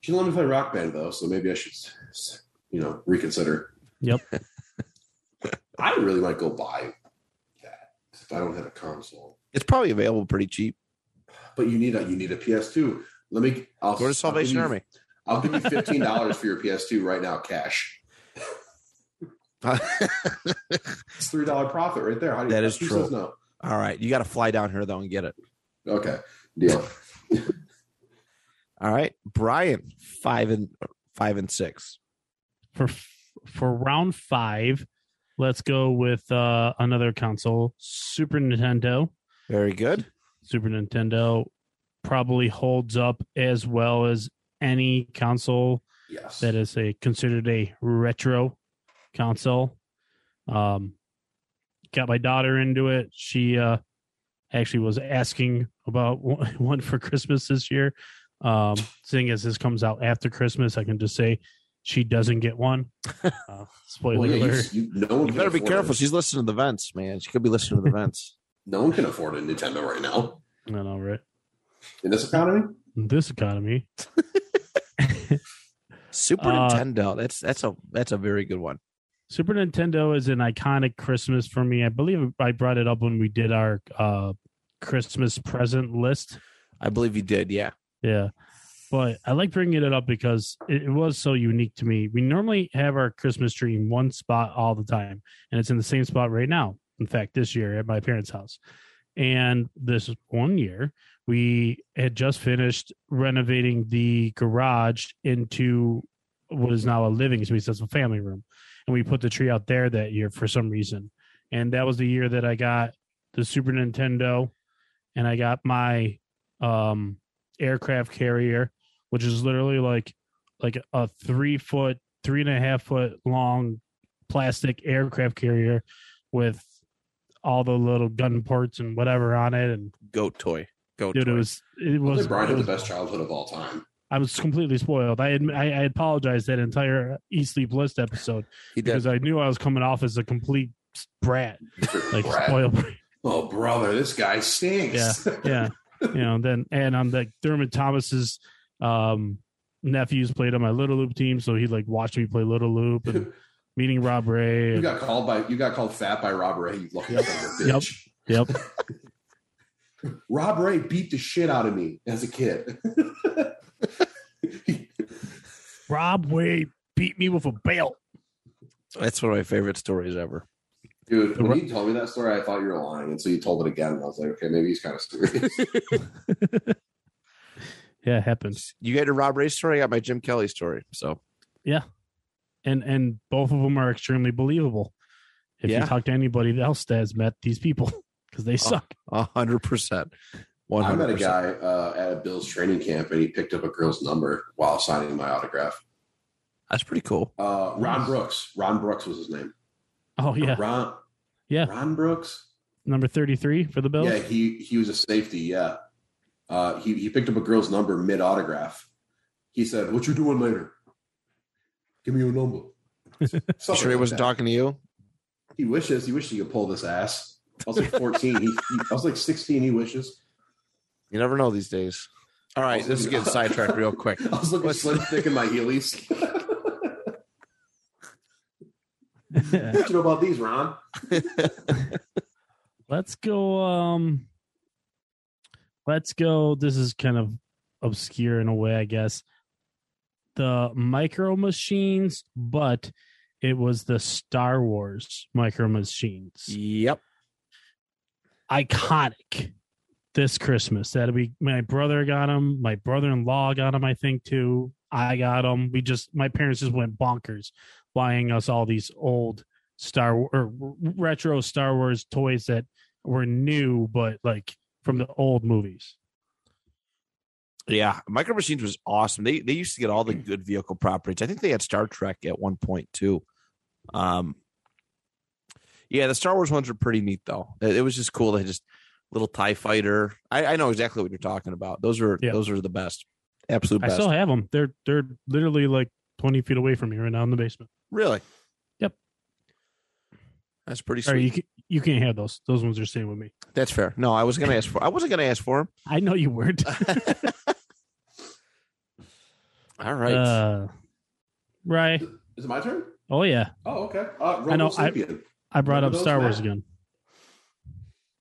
[SPEAKER 4] She let me play rock band though, so maybe I should, you know, reconsider.
[SPEAKER 2] Yep.
[SPEAKER 4] I really might go buy that. If I don't have a console,
[SPEAKER 1] It's probably available pretty cheap.
[SPEAKER 4] but you need a you need a PS2. Let me.
[SPEAKER 1] Go
[SPEAKER 4] I'll I'll
[SPEAKER 1] to
[SPEAKER 4] give
[SPEAKER 1] Salvation
[SPEAKER 4] you-
[SPEAKER 1] Army.
[SPEAKER 4] I'll give you fifteen dollars for your PS2 right now, cash. It's three dollar profit right there. How do you,
[SPEAKER 1] That is
[SPEAKER 4] who
[SPEAKER 1] true.
[SPEAKER 4] says no?
[SPEAKER 1] All right, you got to fly down here though and get it.
[SPEAKER 4] Okay, deal.
[SPEAKER 1] All right, Brian, five and five and six.
[SPEAKER 2] For for round 5, let's go with uh another console, Super Nintendo.
[SPEAKER 1] Very good.
[SPEAKER 2] Super Nintendo probably holds up as well as any console
[SPEAKER 4] Yes,
[SPEAKER 2] that is a considered a retro console. Um, got my daughter into it. She uh, actually was asking about one one for Christmas this year. Um, seeing as this comes out after Christmas, I can just say she doesn't get one. Uh, spoiler
[SPEAKER 4] Well, yeah, you-
[SPEAKER 2] alert.
[SPEAKER 4] you- no one
[SPEAKER 1] You
[SPEAKER 4] can
[SPEAKER 1] better be
[SPEAKER 4] afford
[SPEAKER 1] careful.
[SPEAKER 4] it.
[SPEAKER 1] She's listening to the vents, man. She could be listening to the vents.
[SPEAKER 4] No one can afford a Nintendo right now
[SPEAKER 2] I know, right?
[SPEAKER 4] in this economy.
[SPEAKER 2] In this economy.
[SPEAKER 1] Super
[SPEAKER 2] Uh,
[SPEAKER 1] Nintendo. That's that's a that's a very good one.
[SPEAKER 2] Super Nintendo is an iconic Christmas for me. I believe I brought it up when we did our uh, Christmas present list.
[SPEAKER 1] I believe you did. Yeah.
[SPEAKER 2] Yeah. But I like bringing it up because it, it was so unique to me. We normally have our Christmas tree in one spot all the time, and it's in the same spot right now. In fact, this year at my parents' house. And this one year, we had just finished renovating the garage into what is now a living space. That's a family room. And we put the tree out there that year for some reason. And that was the year that I got the Super Nintendo and I got my um aircraft carrier, which is literally like like a three foot, three and a half foot long plastic aircraft carrier with all the little gun parts and whatever on it. And
[SPEAKER 1] Goat toy. Goat
[SPEAKER 2] dude,
[SPEAKER 1] toy.
[SPEAKER 2] it was it was,
[SPEAKER 4] Was, Brian
[SPEAKER 2] it
[SPEAKER 4] had the
[SPEAKER 2] was
[SPEAKER 4] best childhood of all time.
[SPEAKER 2] I was completely spoiled. I admit, I, I apologize that entire E Sleep List episode
[SPEAKER 1] he did.
[SPEAKER 2] because I knew I was coming off as a complete brat, like
[SPEAKER 4] Brad.
[SPEAKER 2] spoiled.
[SPEAKER 4] Oh, brother, this guy stinks.
[SPEAKER 2] yeah you know then and i'm like dermot thomas's um nephews played on my little loop team so he like watched me play little loop and meeting rob ray
[SPEAKER 4] you
[SPEAKER 2] and,
[SPEAKER 4] got called by you got called fat by Rob Ray. You lucky
[SPEAKER 2] Yep.
[SPEAKER 4] son of a
[SPEAKER 2] Yep.
[SPEAKER 4] bitch.
[SPEAKER 2] yep
[SPEAKER 4] Rob Ray beat the shit out of me as a kid.
[SPEAKER 2] rob way beat me with a belt
[SPEAKER 1] That's one of my favorite stories ever.
[SPEAKER 4] Dude,
[SPEAKER 2] The
[SPEAKER 4] when
[SPEAKER 2] Ro-
[SPEAKER 4] you told me that story, I thought you were lying, and so you told it again, and I was like, okay, maybe he's kind of serious.
[SPEAKER 2] yeah it happens
[SPEAKER 1] You got your Rob Ray story. I got my Jim Kelly story. So
[SPEAKER 2] and and both of them are extremely believable if
[SPEAKER 1] Yeah.
[SPEAKER 2] you talk to anybody else that has met these people because they suck
[SPEAKER 1] a hundred percent. One
[SPEAKER 4] I met
[SPEAKER 1] hundred
[SPEAKER 4] a
[SPEAKER 1] percent.
[SPEAKER 4] guy uh, at a Bills training camp, and he picked up a girl's number while signing my autograph.
[SPEAKER 1] That's pretty cool.
[SPEAKER 4] Uh, Ron Brooks. Ron Brooks was his name.
[SPEAKER 2] oh yeah
[SPEAKER 4] Ron.
[SPEAKER 2] Yeah.
[SPEAKER 4] Ron Brooks.
[SPEAKER 2] number 33 for the bills
[SPEAKER 4] Yeah, he he was a safety. Yeah, uh, he he picked up a girl's number mid autograph. He said, "What you doing later? Give me your number."
[SPEAKER 1] You
[SPEAKER 4] Something
[SPEAKER 1] sure he
[SPEAKER 4] like
[SPEAKER 1] wasn't
[SPEAKER 4] that.
[SPEAKER 1] talking to you?
[SPEAKER 4] He wishes. He wishes he could pull this ass. I was like fourteen. he, he- I was like sixteen. He wishes.
[SPEAKER 1] You never know these days. All right, this is getting sidetracked real quick.
[SPEAKER 4] I was looking
[SPEAKER 1] What's-
[SPEAKER 4] slim thick in my heelys. what you know about these, Ron?
[SPEAKER 2] Let's go. Um, let's go. This is kind of obscure in a way, I guess. The micro machines, but it was the Star Wars micro machines.
[SPEAKER 1] Yep.
[SPEAKER 2] Iconic this Christmas. That'll be my brother got them. My brother in law got them, I think, too. I got them. We just, my parents just went bonkers buying us all these old Star War- or retro Star Wars toys that were new, but like from the old movies.
[SPEAKER 1] Yeah, Micro Machines was awesome. They they used to get all the good vehicle properties. I think they had Star Trek at one point too. Um, yeah, the Star Wars ones were pretty neat though. It, it was just cool. They just little Tie Fighter. I, I know exactly what you're talking about. Those were
[SPEAKER 2] Yeah.
[SPEAKER 1] those were the best, absolute
[SPEAKER 2] I
[SPEAKER 1] best.
[SPEAKER 2] still have them. They're they're literally like twenty feet away from me right now in the basement.
[SPEAKER 1] really.
[SPEAKER 2] Yep.
[SPEAKER 1] That's pretty sweet.
[SPEAKER 2] Sorry, you can, you can't have those. Those ones are staying with me.
[SPEAKER 1] That's fair. No, I was gonna ask for. I wasn't gonna ask for him.
[SPEAKER 2] I know you weren't.
[SPEAKER 1] All right.
[SPEAKER 2] Uh, right.
[SPEAKER 4] Is it my turn?
[SPEAKER 2] Oh yeah.
[SPEAKER 4] Oh, okay. Uh,
[SPEAKER 2] I know, I-
[SPEAKER 4] Robo-Sapien.
[SPEAKER 2] I brought
[SPEAKER 4] Remember
[SPEAKER 2] up
[SPEAKER 4] those,
[SPEAKER 2] Star Wars
[SPEAKER 4] Matt?
[SPEAKER 2] again.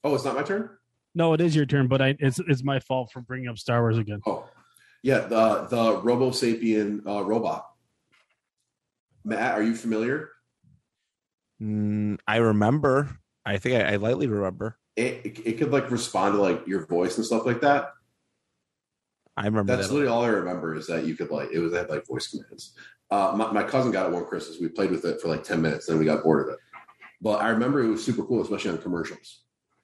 [SPEAKER 4] Oh, it's not my turn.
[SPEAKER 2] No, it is your turn, but I it's it's my fault for bringing up Star Wars again.
[SPEAKER 4] Oh, yeah. The the Robo Sapien uh, robot. Matt, are you familiar?
[SPEAKER 1] Mm, I remember. I think I, I lightly remember.
[SPEAKER 4] It, it it could like respond to like your voice and stuff like that.
[SPEAKER 1] I remember
[SPEAKER 4] That's
[SPEAKER 1] that.
[SPEAKER 4] literally all I remember is that you could like it was it had like voice commands. Uh, my, my cousin got it one Christmas. We played with it for like ten minutes, then we got bored of it. But I remember it was super cool, especially on commercials.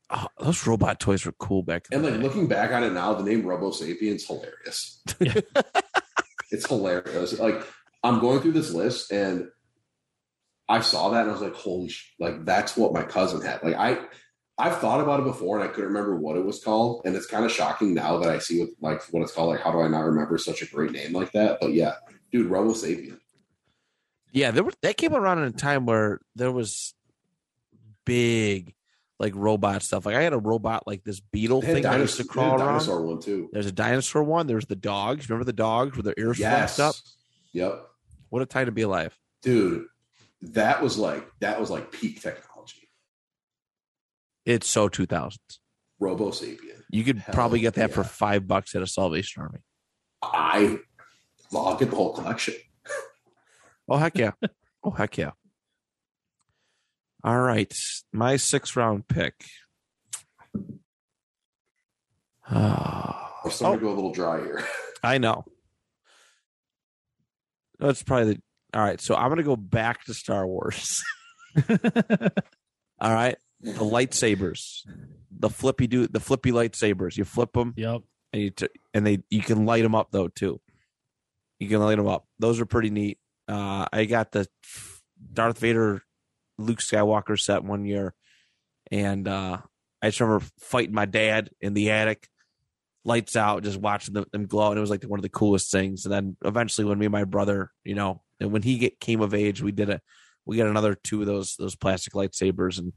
[SPEAKER 1] Oh, those robot toys were cool back in
[SPEAKER 4] And
[SPEAKER 1] the
[SPEAKER 4] like
[SPEAKER 1] day.
[SPEAKER 4] looking back on it now, the name Robo Sapien's hilarious.
[SPEAKER 2] Yeah.
[SPEAKER 4] it's hilarious. Like I'm going through this list and I saw that and I was like, holy sh-, like that's what my cousin had. Like I I've thought about it before and I couldn't remember what it was called. And it's kind of shocking now that I see what like what it's called. Like, how do I not remember such a great name like that? But yeah, dude, Robo Sapien.
[SPEAKER 1] Yeah, there were that came around in a time where there was big like robot stuff. Like I had a robot like this beetle
[SPEAKER 4] They had
[SPEAKER 1] thing that used to
[SPEAKER 4] dinos- they had
[SPEAKER 1] crawl
[SPEAKER 4] a
[SPEAKER 1] around.
[SPEAKER 4] dinosaur one too.
[SPEAKER 1] There's a dinosaur one. There's the dogs. Remember the dogs with their ears
[SPEAKER 4] Yes.
[SPEAKER 1] flapped up?
[SPEAKER 4] Yep.
[SPEAKER 1] What a time to be alive.
[SPEAKER 4] Dude, that was like that was like peak technology.
[SPEAKER 1] It's so 2000s.
[SPEAKER 4] Robo Sapien.
[SPEAKER 1] You could
[SPEAKER 4] Hell
[SPEAKER 1] probably get that for
[SPEAKER 4] yeah.
[SPEAKER 1] five bucks at a Salvation Army.
[SPEAKER 4] I I'll get the whole collection.
[SPEAKER 1] Oh heck yeah! oh heck yeah! All right, my sixth round pick. Ah,
[SPEAKER 4] I'm starting to
[SPEAKER 2] Oh.
[SPEAKER 4] go a little dry here.
[SPEAKER 1] I know. That's probably the. All right, so I'm gonna go back to Star Wars. All right, the lightsabers, the flippy do the flippy lightsabers. You flip them,
[SPEAKER 2] yep.
[SPEAKER 1] and you t- and they you can light them up though too. You can light them up. Those are pretty neat. Uh, I got the Darth Vader, Luke Skywalker set one year, and uh, I just remember fighting my dad in the attic, lights out, just watching them, them glow, and it was like one of the coolest things. And then eventually, when me and my brother, you know, and when he get, came of age, we did a we got another two of those those plastic lightsabers and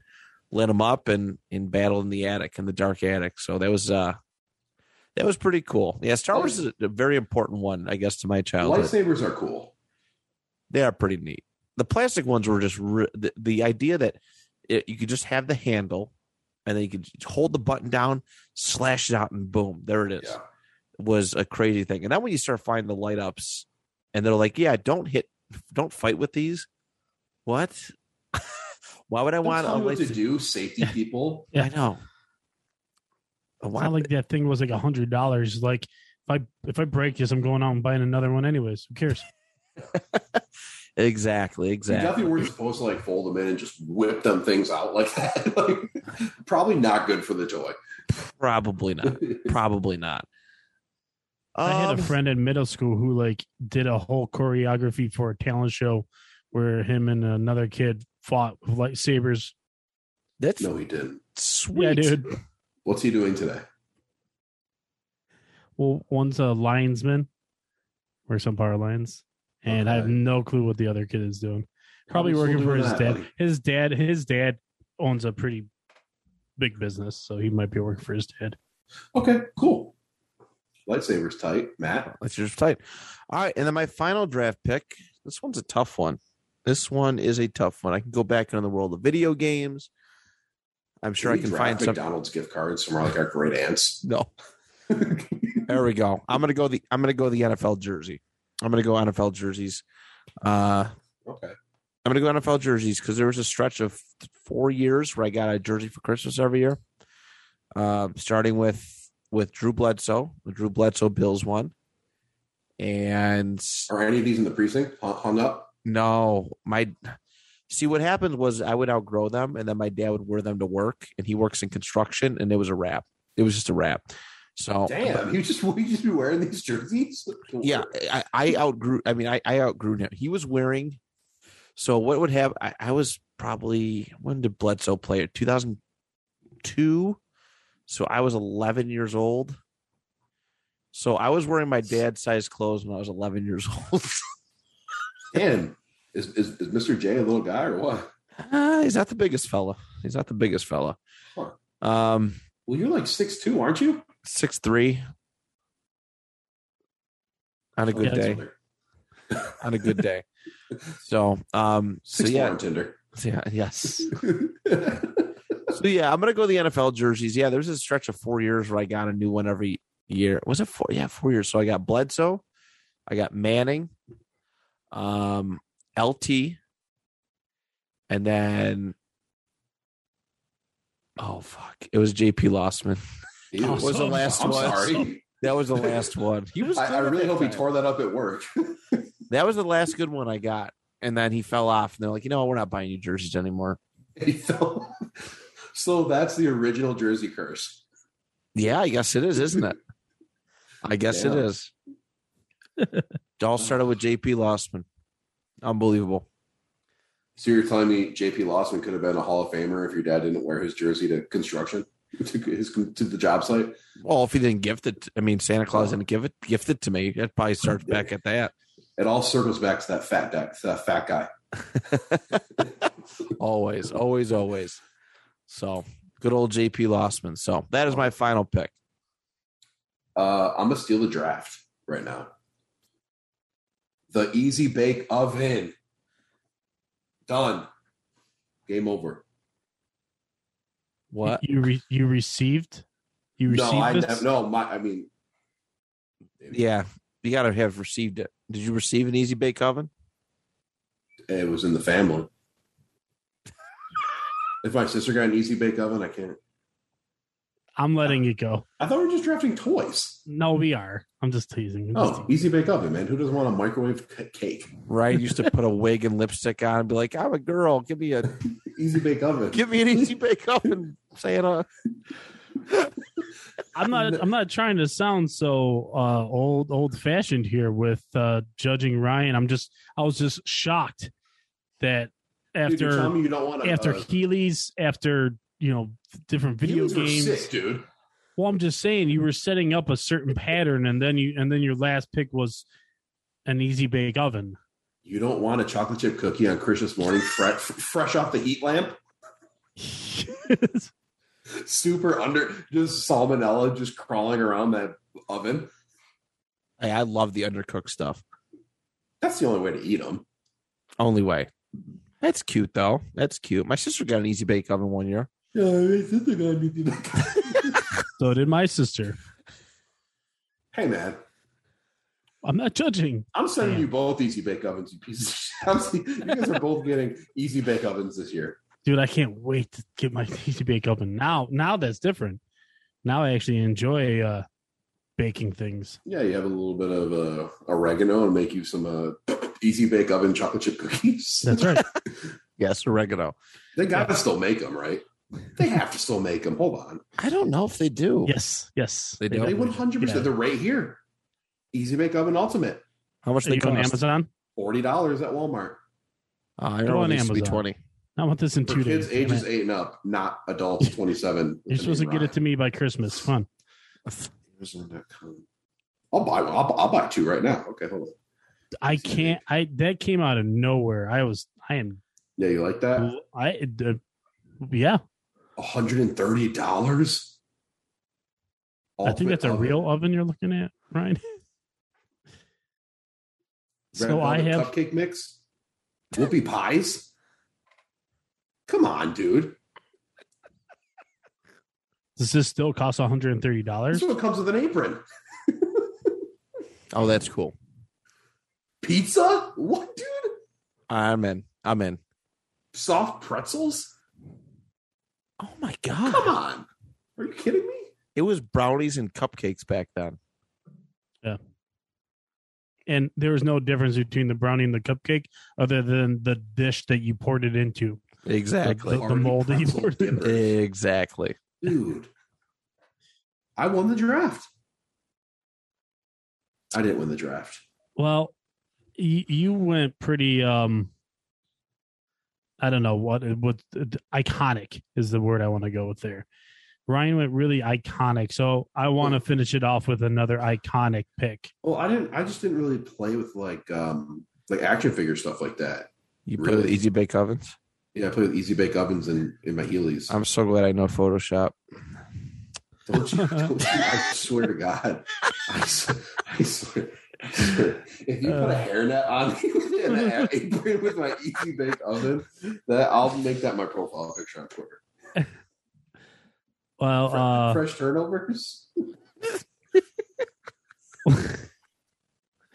[SPEAKER 1] lit them up and in battle in the attic in the dark attic. So that was uh that was pretty cool. Yeah, Star Wars is a very important one, I guess, to my childhood.
[SPEAKER 4] Lightsabers are cool.
[SPEAKER 1] They are pretty neat. The plastic ones were just re- the, the idea that it, you could just have the handle and then you could just hold the button down, slash it out, and boom, there it is.
[SPEAKER 4] Yeah.
[SPEAKER 1] Was a crazy thing. And then when you start finding the light ups, and they're like, "Yeah, don't hit, don't fight with these." What? Why would I
[SPEAKER 4] Don't
[SPEAKER 1] want
[SPEAKER 4] tell
[SPEAKER 1] a
[SPEAKER 4] me what to
[SPEAKER 1] lightsaber?
[SPEAKER 4] do, safety people.
[SPEAKER 2] do.
[SPEAKER 1] I know. I
[SPEAKER 2] It's
[SPEAKER 1] want
[SPEAKER 2] not like that thing was like a hundred dollars. Like if I if I break this, I'm going out and buying another one anyways. Who cares?
[SPEAKER 1] exactly, exactly.
[SPEAKER 4] You definitely weren't supposed to like fold them in and just whip them things out like that. like, probably not good for the toy.
[SPEAKER 1] Probably not. Probably not.
[SPEAKER 2] I had
[SPEAKER 1] Um,
[SPEAKER 2] a friend in middle school who like did a whole choreography for a talent show where him and another kid fought with lightsabers.
[SPEAKER 1] That's
[SPEAKER 4] no, he didn't.
[SPEAKER 1] sweet,
[SPEAKER 2] Yeah, dude.
[SPEAKER 4] What's he doing today?
[SPEAKER 2] Well, one's a linesman or some power lines, and I have
[SPEAKER 4] Okay.
[SPEAKER 2] no clue what the other kid is doing. Probably
[SPEAKER 4] Who's
[SPEAKER 2] working
[SPEAKER 4] still
[SPEAKER 2] for
[SPEAKER 4] doing
[SPEAKER 2] his
[SPEAKER 4] that,
[SPEAKER 2] dad.
[SPEAKER 4] buddy?
[SPEAKER 2] His dad, his dad owns a pretty big business, so he might be working for his dad.
[SPEAKER 4] Okay, cool. Lightsabers tight, Matt.
[SPEAKER 1] That's just tight. All right, and then my final draft pick. This one's a tough one. This one is a tough one. I can go back into the world of video games. I'm sure I
[SPEAKER 4] we
[SPEAKER 1] can
[SPEAKER 4] draft
[SPEAKER 1] find some.
[SPEAKER 4] McDonald's gift cards from like our great aunts.
[SPEAKER 1] No, there we go. I'm gonna go the. I'm gonna go the NFL jersey. I'm gonna go NFL jerseys. Uh,
[SPEAKER 4] okay.
[SPEAKER 1] I'm gonna go NFL jerseys because there was a stretch of four years where I got a jersey for Christmas every year. Um, starting with with Drew Bledsoe, the Drew Bledsoe Bills one, and
[SPEAKER 4] Are any of these in the precinct Hu- hung up?
[SPEAKER 1] no, my see what happened was I would outgrow them, and then my dad would wear them to work, and he works in construction, and it was a wrap. It was just a wrap. So
[SPEAKER 4] Damn, you just we just be wearing these jerseys?
[SPEAKER 1] Oh, yeah I, I outgrew i mean I, I outgrew him he was wearing so what would have i, I was probably when did bledsoe play 2002 so i was 11 years old so i was wearing my dad's size clothes when i was 11 years old
[SPEAKER 4] Damn. Is, is, is Mr. J a little guy or what?
[SPEAKER 1] Ah, he's not the biggest fella he's not the biggest fella
[SPEAKER 4] Huh.
[SPEAKER 1] um
[SPEAKER 4] Well, you're like six two, aren't you?
[SPEAKER 1] six three on a good
[SPEAKER 2] Yeah,
[SPEAKER 1] day on a good day so um so
[SPEAKER 4] Six four
[SPEAKER 1] yeah
[SPEAKER 4] on Tinder.
[SPEAKER 1] so yeah yes So yeah, I'm gonna go the NFL jerseys. Yeah, there's a stretch of four years where I got a new one every year. Was it four? Yeah, four years. So I got Bledsoe, I got Manning, um, LT, and then oh fuck, it was JP Lossman.
[SPEAKER 4] Ew.
[SPEAKER 2] What
[SPEAKER 1] was the last
[SPEAKER 4] I'm
[SPEAKER 1] one?
[SPEAKER 4] sorry.
[SPEAKER 1] That was the last one. He was.
[SPEAKER 4] I, I
[SPEAKER 1] good at
[SPEAKER 4] really
[SPEAKER 1] that
[SPEAKER 4] hope he
[SPEAKER 1] time.
[SPEAKER 4] tore that up at work.
[SPEAKER 1] That was the last good one I got, and then he fell off. And they're like, you know, what? we're not buying you jerseys anymore.
[SPEAKER 4] He fell. so that's the original jersey curse.
[SPEAKER 1] Yeah, I guess it is, isn't it? I guess it
[SPEAKER 4] Yeah.
[SPEAKER 1] is. It all started with JP Lossman. Unbelievable.
[SPEAKER 4] So you're telling me JP Lawson could have been a Hall of Famer if your dad didn't wear his jersey to construction to his to the job site?
[SPEAKER 1] Well, if he didn't gift it, I mean, Santa Claus didn't give it, gift it to me. That probably starts back at that.
[SPEAKER 4] It all circles back to that fat duck, that fat guy.
[SPEAKER 1] always, always, always. So good old JP Lossman. So that is my final pick.
[SPEAKER 4] Uh, I'm gonna steal the draft right now. The easy bake oven. Done. Game over.
[SPEAKER 1] What?
[SPEAKER 2] You re- you received you received
[SPEAKER 4] No, I
[SPEAKER 2] this?
[SPEAKER 4] nev- no, my I mean
[SPEAKER 1] Yeah, you got to have received it. Did you receive an Easy Bake Oven?
[SPEAKER 4] it was in the family. if my sister got an easy bake oven, I can't.
[SPEAKER 2] I'm letting it go.
[SPEAKER 4] I thought we were just drafting toys.
[SPEAKER 2] No, we are. I'm just teasing. I'm just
[SPEAKER 4] Oh, easy bake oven, man. Who doesn't want a microwave c- cake?
[SPEAKER 1] Right? Used to put a wig and lipstick on and be like, "I'm a girl. Give me a
[SPEAKER 4] Easy bake oven.
[SPEAKER 1] give me an Easy Bake Oven, Santa."
[SPEAKER 2] I'm not. I'm not trying to sound so uh, old old fashioned here with uh, judging Ryan. I'm just. I was just shocked that
[SPEAKER 4] Dude, you're telling
[SPEAKER 2] after
[SPEAKER 4] me you don't want a,
[SPEAKER 2] after
[SPEAKER 4] uh,
[SPEAKER 2] Healy's after you know different video
[SPEAKER 4] humans are
[SPEAKER 2] games.
[SPEAKER 4] sick, dude.
[SPEAKER 2] Well, I'm just saying you were setting up a certain pattern, and then you and then your last pick was an easy bake oven.
[SPEAKER 4] You don't want a chocolate chip cookie on Christmas morning, fresh, fresh off the heat lamp, super under, just salmonella, just crawling around that oven.
[SPEAKER 1] Hey, I love the undercooked stuff.
[SPEAKER 4] That's the only way to eat them.
[SPEAKER 1] Only way. That's cute though. That's cute. My sister got an Easy Bake Oven one year.
[SPEAKER 2] so did my sister.
[SPEAKER 4] hey, man,
[SPEAKER 2] I'm not judging.
[SPEAKER 4] I'm sending
[SPEAKER 2] Man.
[SPEAKER 4] you both easy bake ovens, you pieces of shit. I'm se- You guys are both getting easy bake ovens this year.
[SPEAKER 2] dude i can't wait to get my easy bake oven now now that's different now i actually enjoy uh baking things
[SPEAKER 4] Yeah, you have a little bit of uh, oregano and make you some uh, easy bake oven chocolate chip cookies.
[SPEAKER 2] that's right
[SPEAKER 1] Yes, oregano.
[SPEAKER 4] They gotta still make them, right? They have to still make them. Hold on,
[SPEAKER 1] I don't know if they do.
[SPEAKER 2] yes yes
[SPEAKER 1] They do.
[SPEAKER 4] they
[SPEAKER 1] Yep.
[SPEAKER 4] one hundred
[SPEAKER 2] Yeah.
[SPEAKER 4] percent. They're right here. Easy Bake Oven Ultimate,
[SPEAKER 1] How much
[SPEAKER 2] Are
[SPEAKER 1] they
[SPEAKER 2] you on
[SPEAKER 1] cost?
[SPEAKER 2] amazon
[SPEAKER 4] forty dollars at Walmart
[SPEAKER 1] Uh, I
[SPEAKER 2] Go
[SPEAKER 1] don't
[SPEAKER 2] on
[SPEAKER 1] know. It used to be
[SPEAKER 2] Amazon.
[SPEAKER 1] twenty.
[SPEAKER 2] i want this in
[SPEAKER 4] for
[SPEAKER 2] two
[SPEAKER 4] kids
[SPEAKER 2] days Damn
[SPEAKER 4] ages
[SPEAKER 2] it.
[SPEAKER 4] eight and up, not adults twenty seven.
[SPEAKER 2] you're supposed to get it to me by christmas fun
[SPEAKER 4] I'll buy one. I'll, I'll buy two right now. Okay, hold on.
[SPEAKER 2] i can't i that came out of nowhere i was i am
[SPEAKER 4] Yeah, you like that?
[SPEAKER 2] i uh, yeah
[SPEAKER 4] One hundred and thirty dollars.
[SPEAKER 2] i think that's a real oven you're looking at right so i have
[SPEAKER 4] cupcake mix, whoopie pies. Come on, dude.
[SPEAKER 2] does this still cost $130
[SPEAKER 4] This one comes with an apron.
[SPEAKER 1] Oh, that's cool.
[SPEAKER 4] Pizza? What, dude?
[SPEAKER 1] I'm in. I'm in.
[SPEAKER 4] Soft pretzels?
[SPEAKER 1] Oh my god!
[SPEAKER 4] Come on. Are you kidding me?
[SPEAKER 1] It was brownies and cupcakes back then.
[SPEAKER 2] and there was no difference between the brownie and the cupcake other than the dish that you poured it into
[SPEAKER 1] Exactly.
[SPEAKER 2] The- the mold that you
[SPEAKER 4] Pretzel
[SPEAKER 2] poured in.
[SPEAKER 4] dippers.
[SPEAKER 1] Exactly.
[SPEAKER 4] Dude. I won the draft. I didn't win the draft.
[SPEAKER 2] Well, you, you went pretty. um I don't know what what iconic is the word I want to go with there. Ryan went really iconic, so I want to finish it off with another iconic pick.
[SPEAKER 4] Well, I didn't I just didn't really play with like um like action figure stuff like that.
[SPEAKER 1] You put
[SPEAKER 4] Really?
[SPEAKER 1] the Easy Bake Ovens.
[SPEAKER 4] Yeah, I played with Easy Bake Ovens and in my Heelys.
[SPEAKER 1] I'm so glad I know Photoshop.
[SPEAKER 4] Don't you, don't you- I swear to God. I, s- I swear. I swear. If you put a
[SPEAKER 2] Uh.
[SPEAKER 4] hairnet on me and an apron with my easy bake oven, that I'll make that my profile picture on Twitter.
[SPEAKER 2] Well,
[SPEAKER 4] Fre-
[SPEAKER 2] uh,
[SPEAKER 4] fresh turnovers.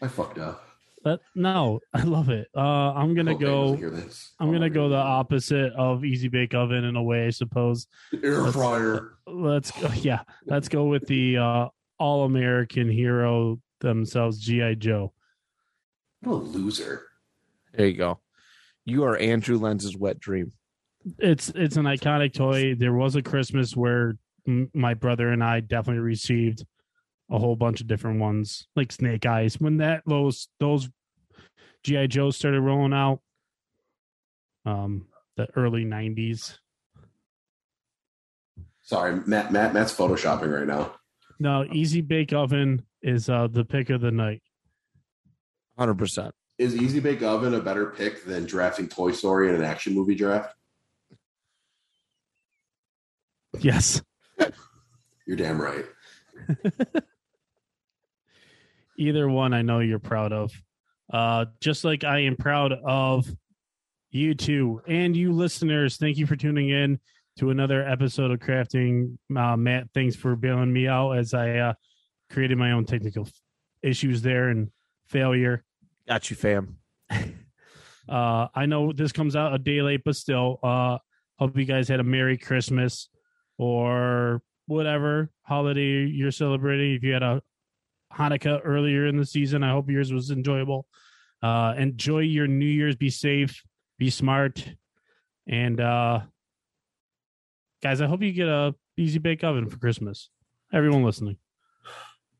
[SPEAKER 4] I fucked up.
[SPEAKER 2] but no, I love it. Uh, I'm gonna
[SPEAKER 4] Hope Hank doesn't
[SPEAKER 2] go.
[SPEAKER 4] hear this.
[SPEAKER 2] I'm gonna go the opposite of Easy Bake Oven in a way, I suppose.
[SPEAKER 4] air fryer.
[SPEAKER 2] let's go yeah let's go with the uh all american hero themselves gi joe
[SPEAKER 4] What a loser.
[SPEAKER 1] There you go. You are Andrew Lenz's wet dream.
[SPEAKER 2] it's it's an iconic toy there was a christmas where m- my brother and i definitely received a whole bunch of different ones like snake eyes when that those those gi joes started rolling out um, the early '90s.
[SPEAKER 4] Sorry, Matt. Matt. Matt's photoshopping right now.
[SPEAKER 2] No, Easy Bake Oven is uh, the pick of the night.
[SPEAKER 1] Hundred percent.
[SPEAKER 4] Is Easy Bake Oven a better pick than drafting Toy Story in an action movie draft?
[SPEAKER 2] Yes,
[SPEAKER 4] You're damn right.
[SPEAKER 2] either one I know you're proud of. Uh, just like I am proud of you two and you listeners. Thank you for tuning in to another episode of Crafting. Uh, Matt, thanks for bailing me out as I uh, created my own technical f- issues there and failure.
[SPEAKER 1] Got you, fam.
[SPEAKER 2] Uh, I know this comes out a day late, but still, uh, hope you guys had a Merry Christmas or whatever holiday you're celebrating. If you had a Hanukkah earlier in the season, I hope yours was enjoyable. Uh, enjoy your New Year's. Be safe, be smart, and uh, guys, I hope you get a easy bake oven for Christmas. Everyone listening,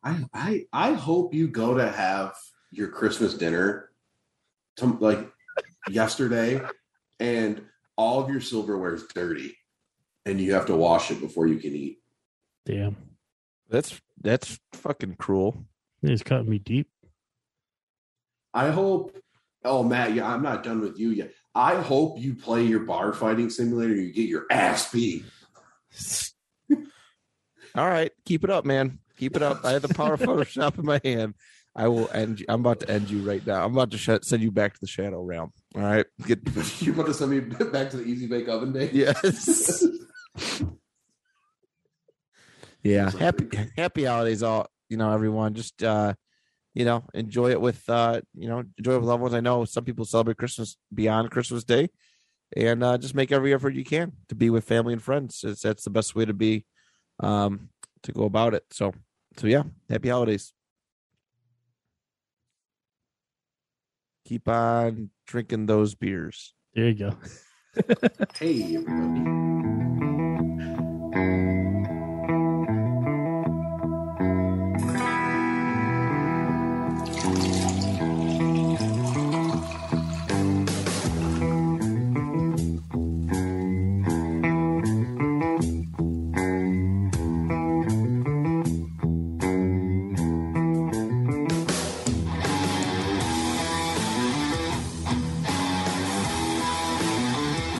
[SPEAKER 4] I I I hope you go to have your Christmas dinner, to, like yesterday, and all of your silverware is dirty, and you have to wash it before you can eat.
[SPEAKER 2] damn,
[SPEAKER 1] That's that's fucking cruel.
[SPEAKER 2] it's cutting me deep.
[SPEAKER 4] I hope. Oh, Matt, yeah, I'm not done with you yet. I hope you play your bar fighting simulator. and You get your ass beat.
[SPEAKER 1] All right, keep it up, man. Keep it up. I have the power of Photoshop in my hand. I will end. You. I'm about to end you right now. I'm about to sh- send you back to the shadow realm. All right. Get
[SPEAKER 4] You're about to send me back to the Easy Bake Oven day.
[SPEAKER 1] yes. yeah. Happy Happy holidays, all. You know, everyone. Just uh, you know, enjoy it with uh, you know, enjoy it with loved ones. I know some people celebrate Christmas beyond Christmas Day, and uh, just make every effort you can to be with family and friends. It's, that's the best way to be, um, to go about it. So, so yeah. Happy holidays. Keep on drinking those beers.
[SPEAKER 2] There you go.
[SPEAKER 4] Hey, everybody.